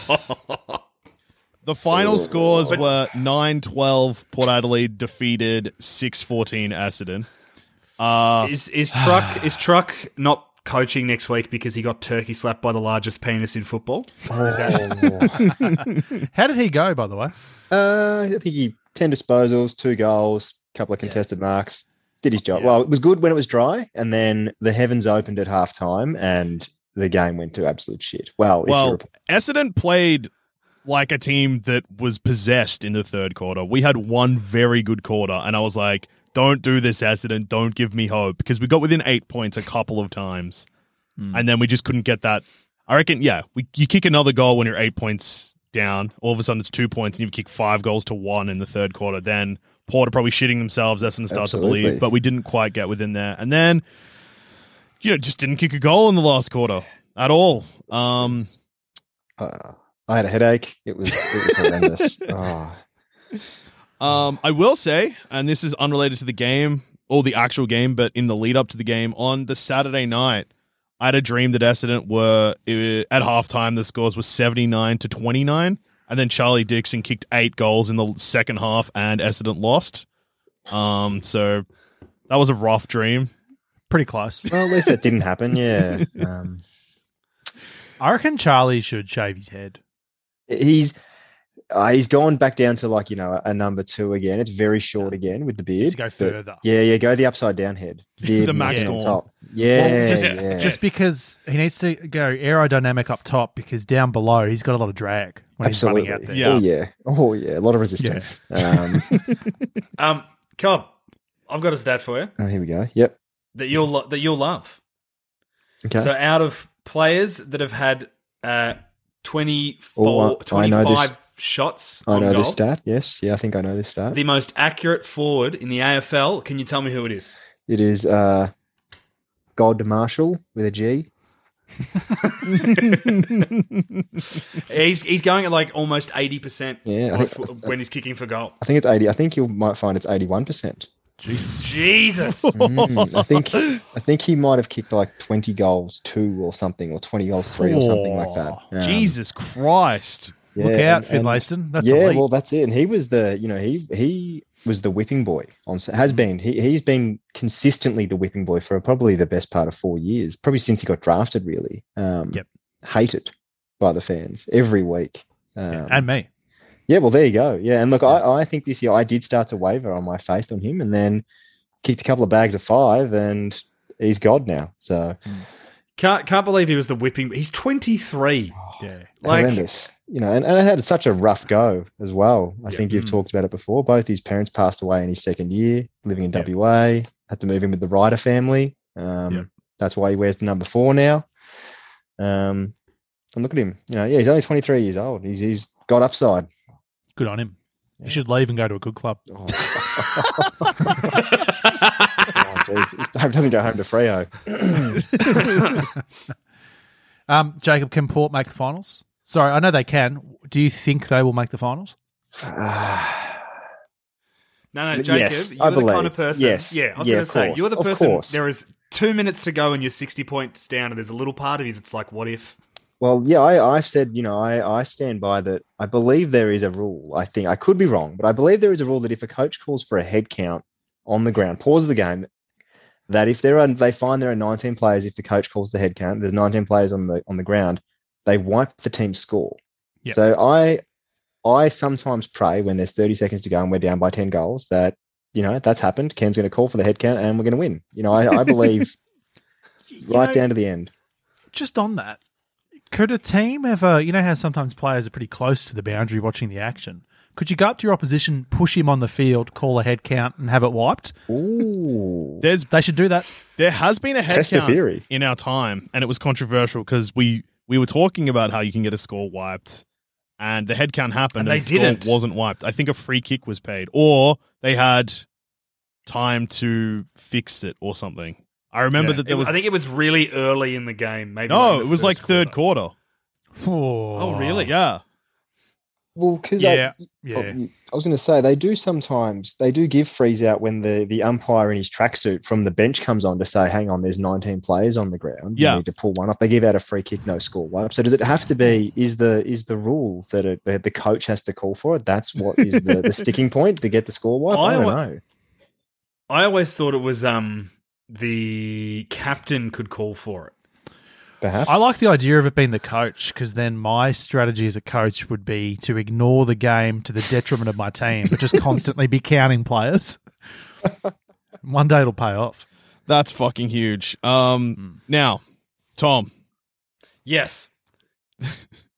G: The final scores were 9 12, Port Adelaide defeated 6 14, Essendon.
F: Oh.
G: Uh,
E: Is is truck is truck not coaching next week because he got turkey slapped by the largest penis in football? Is that-
F: How did he go, by the way?
H: uh, I think he ten disposals, two goals, couple of contested marks. Did his job well. It was good when it was dry, and then the heavens opened at half time, and the game went to absolute shit. Well, if
G: well,
H: you're a-
G: Essendon played like a team that was possessed in the third quarter. We had one very good quarter, and I was like, don't do this, Essendon. Don't give me hope. Because we got within eight points a couple of times,
H: Hmm.
G: and then we just couldn't get that. I reckon, yeah, we, you kick another goal when you're eight points down. All of a sudden, it's two points, and you've kicked five goals to one in the third quarter. Then Port are probably shitting themselves. Essendon start to
H: Absolutely.
G: believe, but we didn't quite get within there. And then, you know, just didn't kick a goal in the last quarter at all. Um,
H: uh, I had a headache. It was it was horrendous. oh,
G: Um, I will say, and this is unrelated to the game or the actual game, but in the lead up to the game on the Saturday night, I had a dream that Essendon were uh, at halftime. The scores were seventy nine to twenty nine, and then Charlie Dixon kicked eight goals in the second half, and Essendon lost. Um, so that was a rough dream.
F: Pretty close.
H: well, at least that didn't happen. Yeah. Um,
F: I reckon Charlie should shave his head.
H: he's uh, he's gone back down to like you know a number two again. It's very short again with the beard.
F: Needs to go
H: but-
F: further.
H: Yeah, yeah, go the upside down head. Beard
G: The
H: and
G: Max
H: chin on
G: Gorn.
H: top. Yeah,
F: Well, just,
H: yeah.
F: just because he needs to go aerodynamic up top because down below he's got a lot of drag when
H: absolutely.
F: he's running out there.
G: Yeah.
H: Oh yeah. Oh yeah. A lot of resistance. Um,
E: um, Cobb, I've got a stat for you
H: oh, here we go. Yep.
E: that you'll lo- that you'll love.
H: Okay.
E: So out of players that have had uh, 24,
H: Oh, I- I know this-
E: 25 shots
H: I
E: on
H: know
E: goal,
H: this stat. Yes. Yeah, I think I know this stat.
E: the most accurate forward in the AFL, can you tell me who it is?
H: it is uh, God Marshall with a G.
E: He's, he's going at like almost 80%
H: Yeah, I
E: by
H: think-
E: fo- when he's kicking for goal.
H: I think it's eighty. I think you might find it's eighty-one percent.
E: Jesus.
H: Mm, I think I think he might have kicked like twenty goals two or something, or twenty goals three or something like that. Um,
G: Jesus Christ!
H: yeah,
F: Look out,
H: and- and-
F: Finlayson. That's
H: yeah,
F: elite.
H: well, that's it. And he was the you know he he was the whipping boy on s- has been he he's been consistently the whipping boy for probably the best part of four years, probably since he got drafted. Really, um,
F: Yep.
H: hated by the fans every week. Um,
F: Yeah, and me.
H: yeah, well, there you go. Yeah, and look, I, I think this year I did start to waver on my faith on him, and then kicked a couple of bags of five, and he's god now. So
E: Hmm. Can't, can't believe he was the whipping. He's 23.
F: Yeah.
E: Like,
H: Oh, horrendous, you know. And, and it had such a rough go as well. I think you've talked about it before. Both his parents passed away in his second year, living in WA. Had to move in with the Ryder family. Um,
G: Yep.
H: That's why he wears the number four now. Um, and look at him. You know, yeah, he's only twenty three years old. He's he's got upside.
F: Good on him. He should leave and go to a good club.
H: Oh, oh, geez. Hope he doesn't go home to Freo.
F: Um, Jacob, can Port make the finals? Sorry, I know they can. Do you think they will make the finals?
H: Ah,
E: No, no,
H: Yes,
E: Jacob,
H: I
E: you're the kind
H: believe.
E: of person.
H: Yes.
E: Yeah, I was
H: Yeah,
E: going
H: of
E: to say,
H: course,
E: you're the
H: of
E: person.
H: course.
E: There is two minutes to go and you're 60 points down, and there's a little part of you that's like, what if?
H: well, yeah, I, I've said, you know, I, I stand by that. I believe there is a rule. I think I could be wrong, but I believe there is a rule that if a coach calls for a head count on the ground, pause the game, that if there are they find there are 19 players, if the coach calls the head count, there's 19 players on the on the ground, they wipe the team's score.
F: Yep.
H: So I I sometimes pray when there's 30 seconds to go and we're down by 10 goals that you know that's happened. Ken's going to call for the head count and we're going to win. You know, I, I believe right down to the end.
F: Just on that, could a team ever, you know how sometimes players are pretty close to the boundary watching the action? Could you go up to your opposition, push him on the field, call a head count, and have it wiped?
H: Ooh.
G: There's
F: They should do that.
G: There has been a
H: Test the
G: headcount
H: theory.
G: in our time, and it was controversial because we we were talking about how you can get a score wiped, and the head count happened.
E: And they
G: the score
E: didn't.
G: wasn't wiped. I think a free kick was paid, or they had time to fix it or something. I remember
E: Yeah.
G: that there
E: It-
G: was.
E: I think it was really early in the game. Maybe
G: no, it
E: the
G: was
E: first
G: like third quarter.
F: Oh,
E: really?
G: Yeah.
H: Well, because
F: Yeah.
H: I,
F: Yeah.
H: Oh, I was going to say they do sometimes they do give freeze out when the the umpire in his tracksuit from the bench comes on to say, "Hang on, there's 19 players on the ground.
G: Yeah.
H: You need to pull one up." They give out a free kick, no score wipe. So does it have to be? Is the is the rule that it, the, the coach has to call for it? That's what is the, the sticking point to get the score wipe. I,
E: I
H: don't
E: wa-
H: know.
E: I always thought it was um the captain could call for it.
H: Perhaps
F: I like the idea of it being the coach because then my strategy as a coach would be to ignore the game to the detriment of my team, but just constantly be counting players. One day it'll pay off.
G: That's fucking huge.
E: Hmm.
G: Um, Now, Tom,
E: Yes.
G: is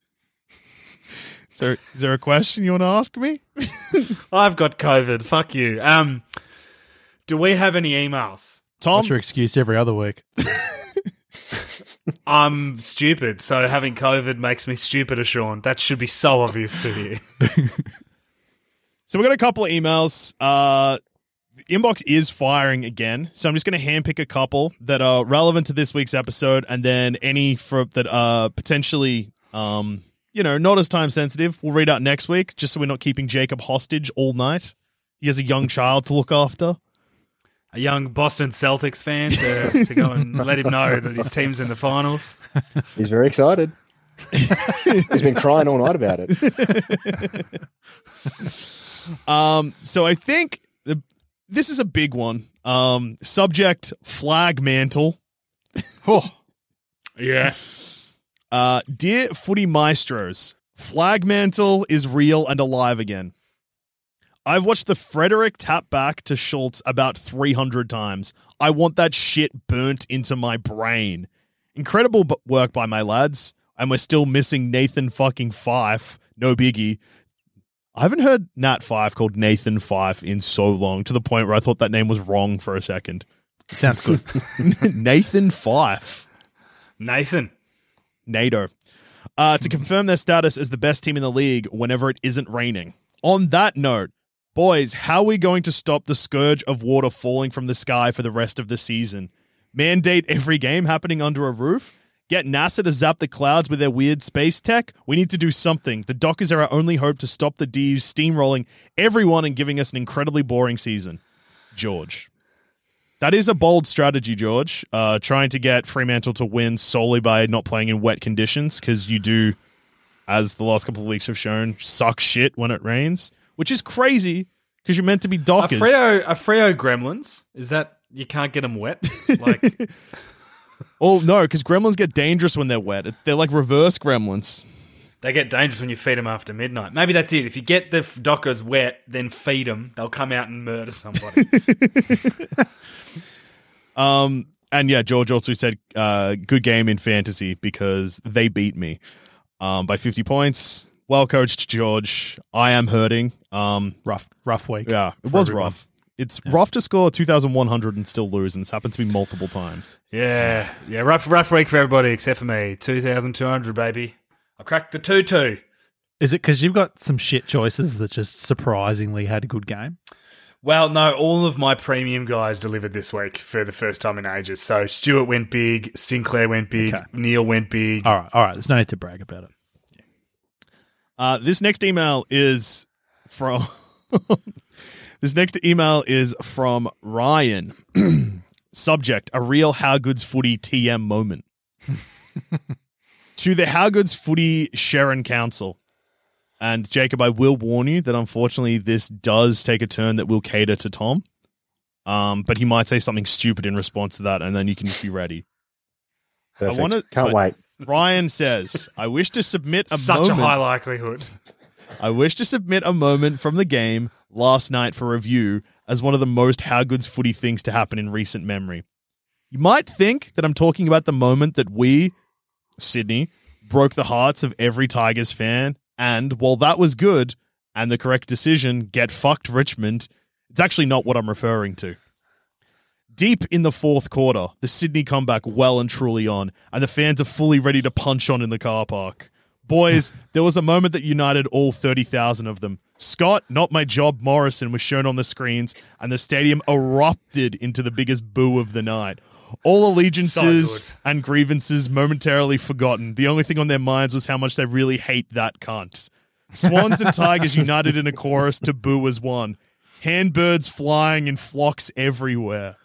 G: there, is there a question you want to ask me?
E: I've got COVID. Fuck you. Um do we have any emails?
G: Tom,
F: What's your excuse every other week?
E: I'm stupid, so having COVID makes me stupider, Sean. That should be so obvious to you.
G: so we got a couple of emails. Uh, the inbox is firing again, so I'm just going to handpick a couple that are relevant to this week's episode, and then any for that are potentially, um, you know, not as time sensitive. We'll read out next week, just so we're not keeping Jacob hostage all night. He has a young child to look after.
E: A young Boston Celtics fan to, to go and let him know that his team's in the finals.
H: he's very excited. he's been crying all night about it.
G: Um, so I think the, this is a big one. Um, subject flag mantle.
E: Yeah.
G: Uh, dear footy maestros, flag mantle is real and alive again. I've watched the Frederick tap back to Schultz about 300 times. I want that shit burnt into my brain. Incredible b- work by my lads, and we're still missing Nathan fucking Fife. No biggie. I haven't heard Nat Fife called Nathan Fife in so long to the point where I thought that name was wrong for a second.
F: Sounds good.
G: Nathan Fife.
E: Nathan.
G: NATO, uh, to confirm their status as the best team in the league whenever it isn't raining. On that note, boys, how are we going to stop the scourge of water falling from the sky for the rest of the season? Mandate every game happening under a roof? Get NASA to zap the clouds with their weird space tech? We need to do something. The Dockers are our only hope to stop the Ds steamrolling everyone and giving us an incredibly boring season. George. That is a bold strategy, George. Uh, trying to get Fremantle to win solely by not playing in wet conditions because you do, as the last couple of weeks have shown, suck shit when it rains, which is crazy because you're meant to be
E: A
G: Dockers.
E: Freo, a Freo Gremlins. Is that you can't get them wet? Like
G: Oh no, because Gremlins get dangerous when they're wet. They're like reverse Gremlins.
E: they get dangerous when you feed them after midnight. Maybe that's it. If you get the f- dockers wet, then feed them. They'll come out and murder somebody.
G: Um, and yeah, George also said, uh, "Good game in fantasy because they beat me um, by 50 points." Well coached, George. I am hurting. Um,
F: rough, rough week.
G: Yeah, it
F: for
G: was
F: everyone.
G: rough. It's rough to score 2,100 and still lose, and it's happened to me multiple times.
E: yeah, yeah. Rough, rough week for everybody except for me. Two thousand two hundred, baby. I cracked the two two.
F: Is it because you've got some shit choices that just surprisingly had a good game?
E: Well, no, all of my premium guys delivered this week for the first time in ages. So Stewart went big, Sinclair went big,
F: Okay.
E: Neil went big.
F: All right, all right. There's no need to brag about it.
G: Uh, this next email is from. this next email is from Ryan. Subject: A real How Goods Footy TM moment. to the How Goods Footy Sharon Council. And Jacob, I will warn you that unfortunately this does take a turn that will cater to Tom. Um, but he might say something stupid in response to that, and then you can just be ready.
H: Perfect.
G: wanna-
H: Can't
G: but-
H: wait.
G: Ryan says, "I wish to submit a
E: Such a
G: moment.
E: high likelihood.
G: I wish to submit a moment from the game last night for review as one of the most how goods footy things to happen in recent memory. You might think that I'm talking about the moment that we, Sydney, broke the hearts of every Tigers fan, and while that was good and the correct decision, get fucked Richmond. It's actually not what I'm referring to." Deep in the fourth quarter, the Sydney comeback well and truly on, and the fans are fully ready to punch on in the car park. Boys, there was a moment that united all 30,000 of them. Scott, not my job, Morrison was shown on the screens, and the stadium erupted into the biggest boo of the night. All
E: So
G: allegiances
E: good.
G: and grievances momentarily forgotten. The only thing on their minds was how much they really hate that cunt. Swans and tigers united in a chorus to boo as one. Handbirds flying in flocks everywhere.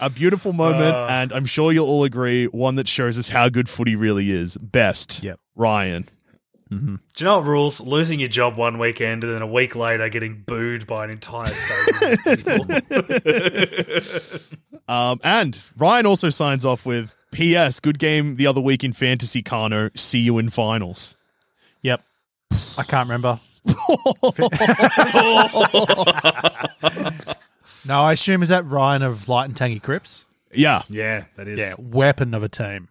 G: a beautiful moment,
F: Uh.
G: and I'm sure you'll all agree, one that shows us how good footy really is. Best.
F: Yep.
G: Ryan.
E: Do you know what rules? Losing your job one weekend and then a week later getting booed by an entire stadium. of people.
G: Um, and Ryan also signs off with P.S. Good game the other week in Fantasy Kano. See you in finals.
F: Yep. I can't remember. no, I assume is that Ryan of Light and Tangy Crips?
G: Yeah.
E: yeah, that is.
F: Yeah, weapon of a team.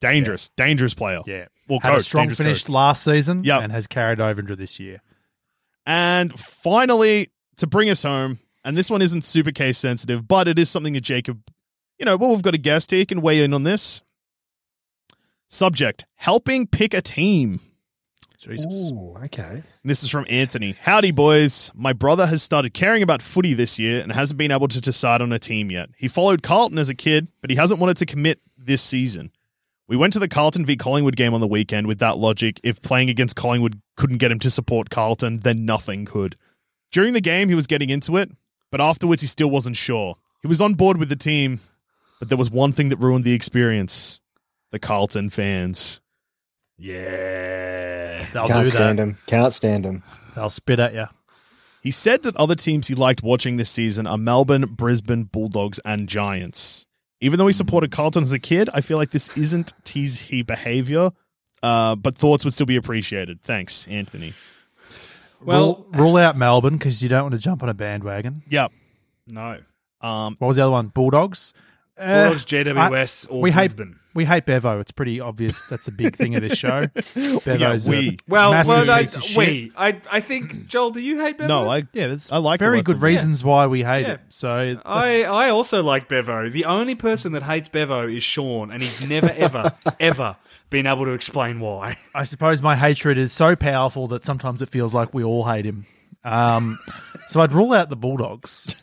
G: Dangerous. Dangerous player.
F: Yeah.
G: Well,
F: Had
G: coach,
F: a strong
G: dangerous
F: finish
G: coach.
F: last season
G: Yep.
F: and has carried over into this year.
G: And finally, to bring us home, and this one isn't super case sensitive, but it is something that Jacob, you know, well, we've got a guest here. He can weigh in on this. Subject helping pick a team. Jesus.
H: Ooh, okay.
G: This is from Anthony. Howdy, boys. My brother has started caring about footy this year and hasn't been able to decide on a team yet. He followed Carlton as a kid, but he hasn't wanted to commit this season. We went to the Carlton v Collingwood game on the weekend with that logic. If playing against Collingwood couldn't get him to support Carlton, then nothing could. During the game, he was getting into it, but afterwards, he still wasn't sure. He was on board with the team, but there was one thing that ruined the experience the Carlton fans.
E: Yeah.
F: They'll
H: Can't
F: do
H: stand
F: that.
H: him. Can't stand him.
F: They'll spit at you.
G: He said that other teams he liked watching this season are Melbourne, Brisbane, Bulldogs, and Giants. Even though he supported Carlton as a kid, I feel like this isn't tease he behavior, uh, but thoughts would still be appreciated. Thanks, Anthony.
F: Well, rule, rule out Melbourne because you don't want to jump on a bandwagon.
G: Yeah.
E: No.
G: Um,
F: What was the other one? Bulldogs. Eh,
E: Bulldogs, JWS, or
F: we
E: Brisbane.
F: Hate, we hate Bevo. It's pretty obvious. That's a big thing of this show. Bevo's
G: we.
F: a
B: Well,
F: massive
B: well, no,
F: piece of shit.
B: wait. I, I think Joel, do you hate Bevo?
G: no, I
F: Yeah, there's
G: I like the
F: very
G: West
F: good
G: of Wales.
F: reasons why we hate it. So
B: I,
F: that's-
B: I also like Bevo. The only person that hates Bevo is Sean, and he's never, ever, ever been able to explain why.
F: I suppose my hatred is so powerful that sometimes it feels like we all hate him. Um, so I'd rule out the Bulldogs.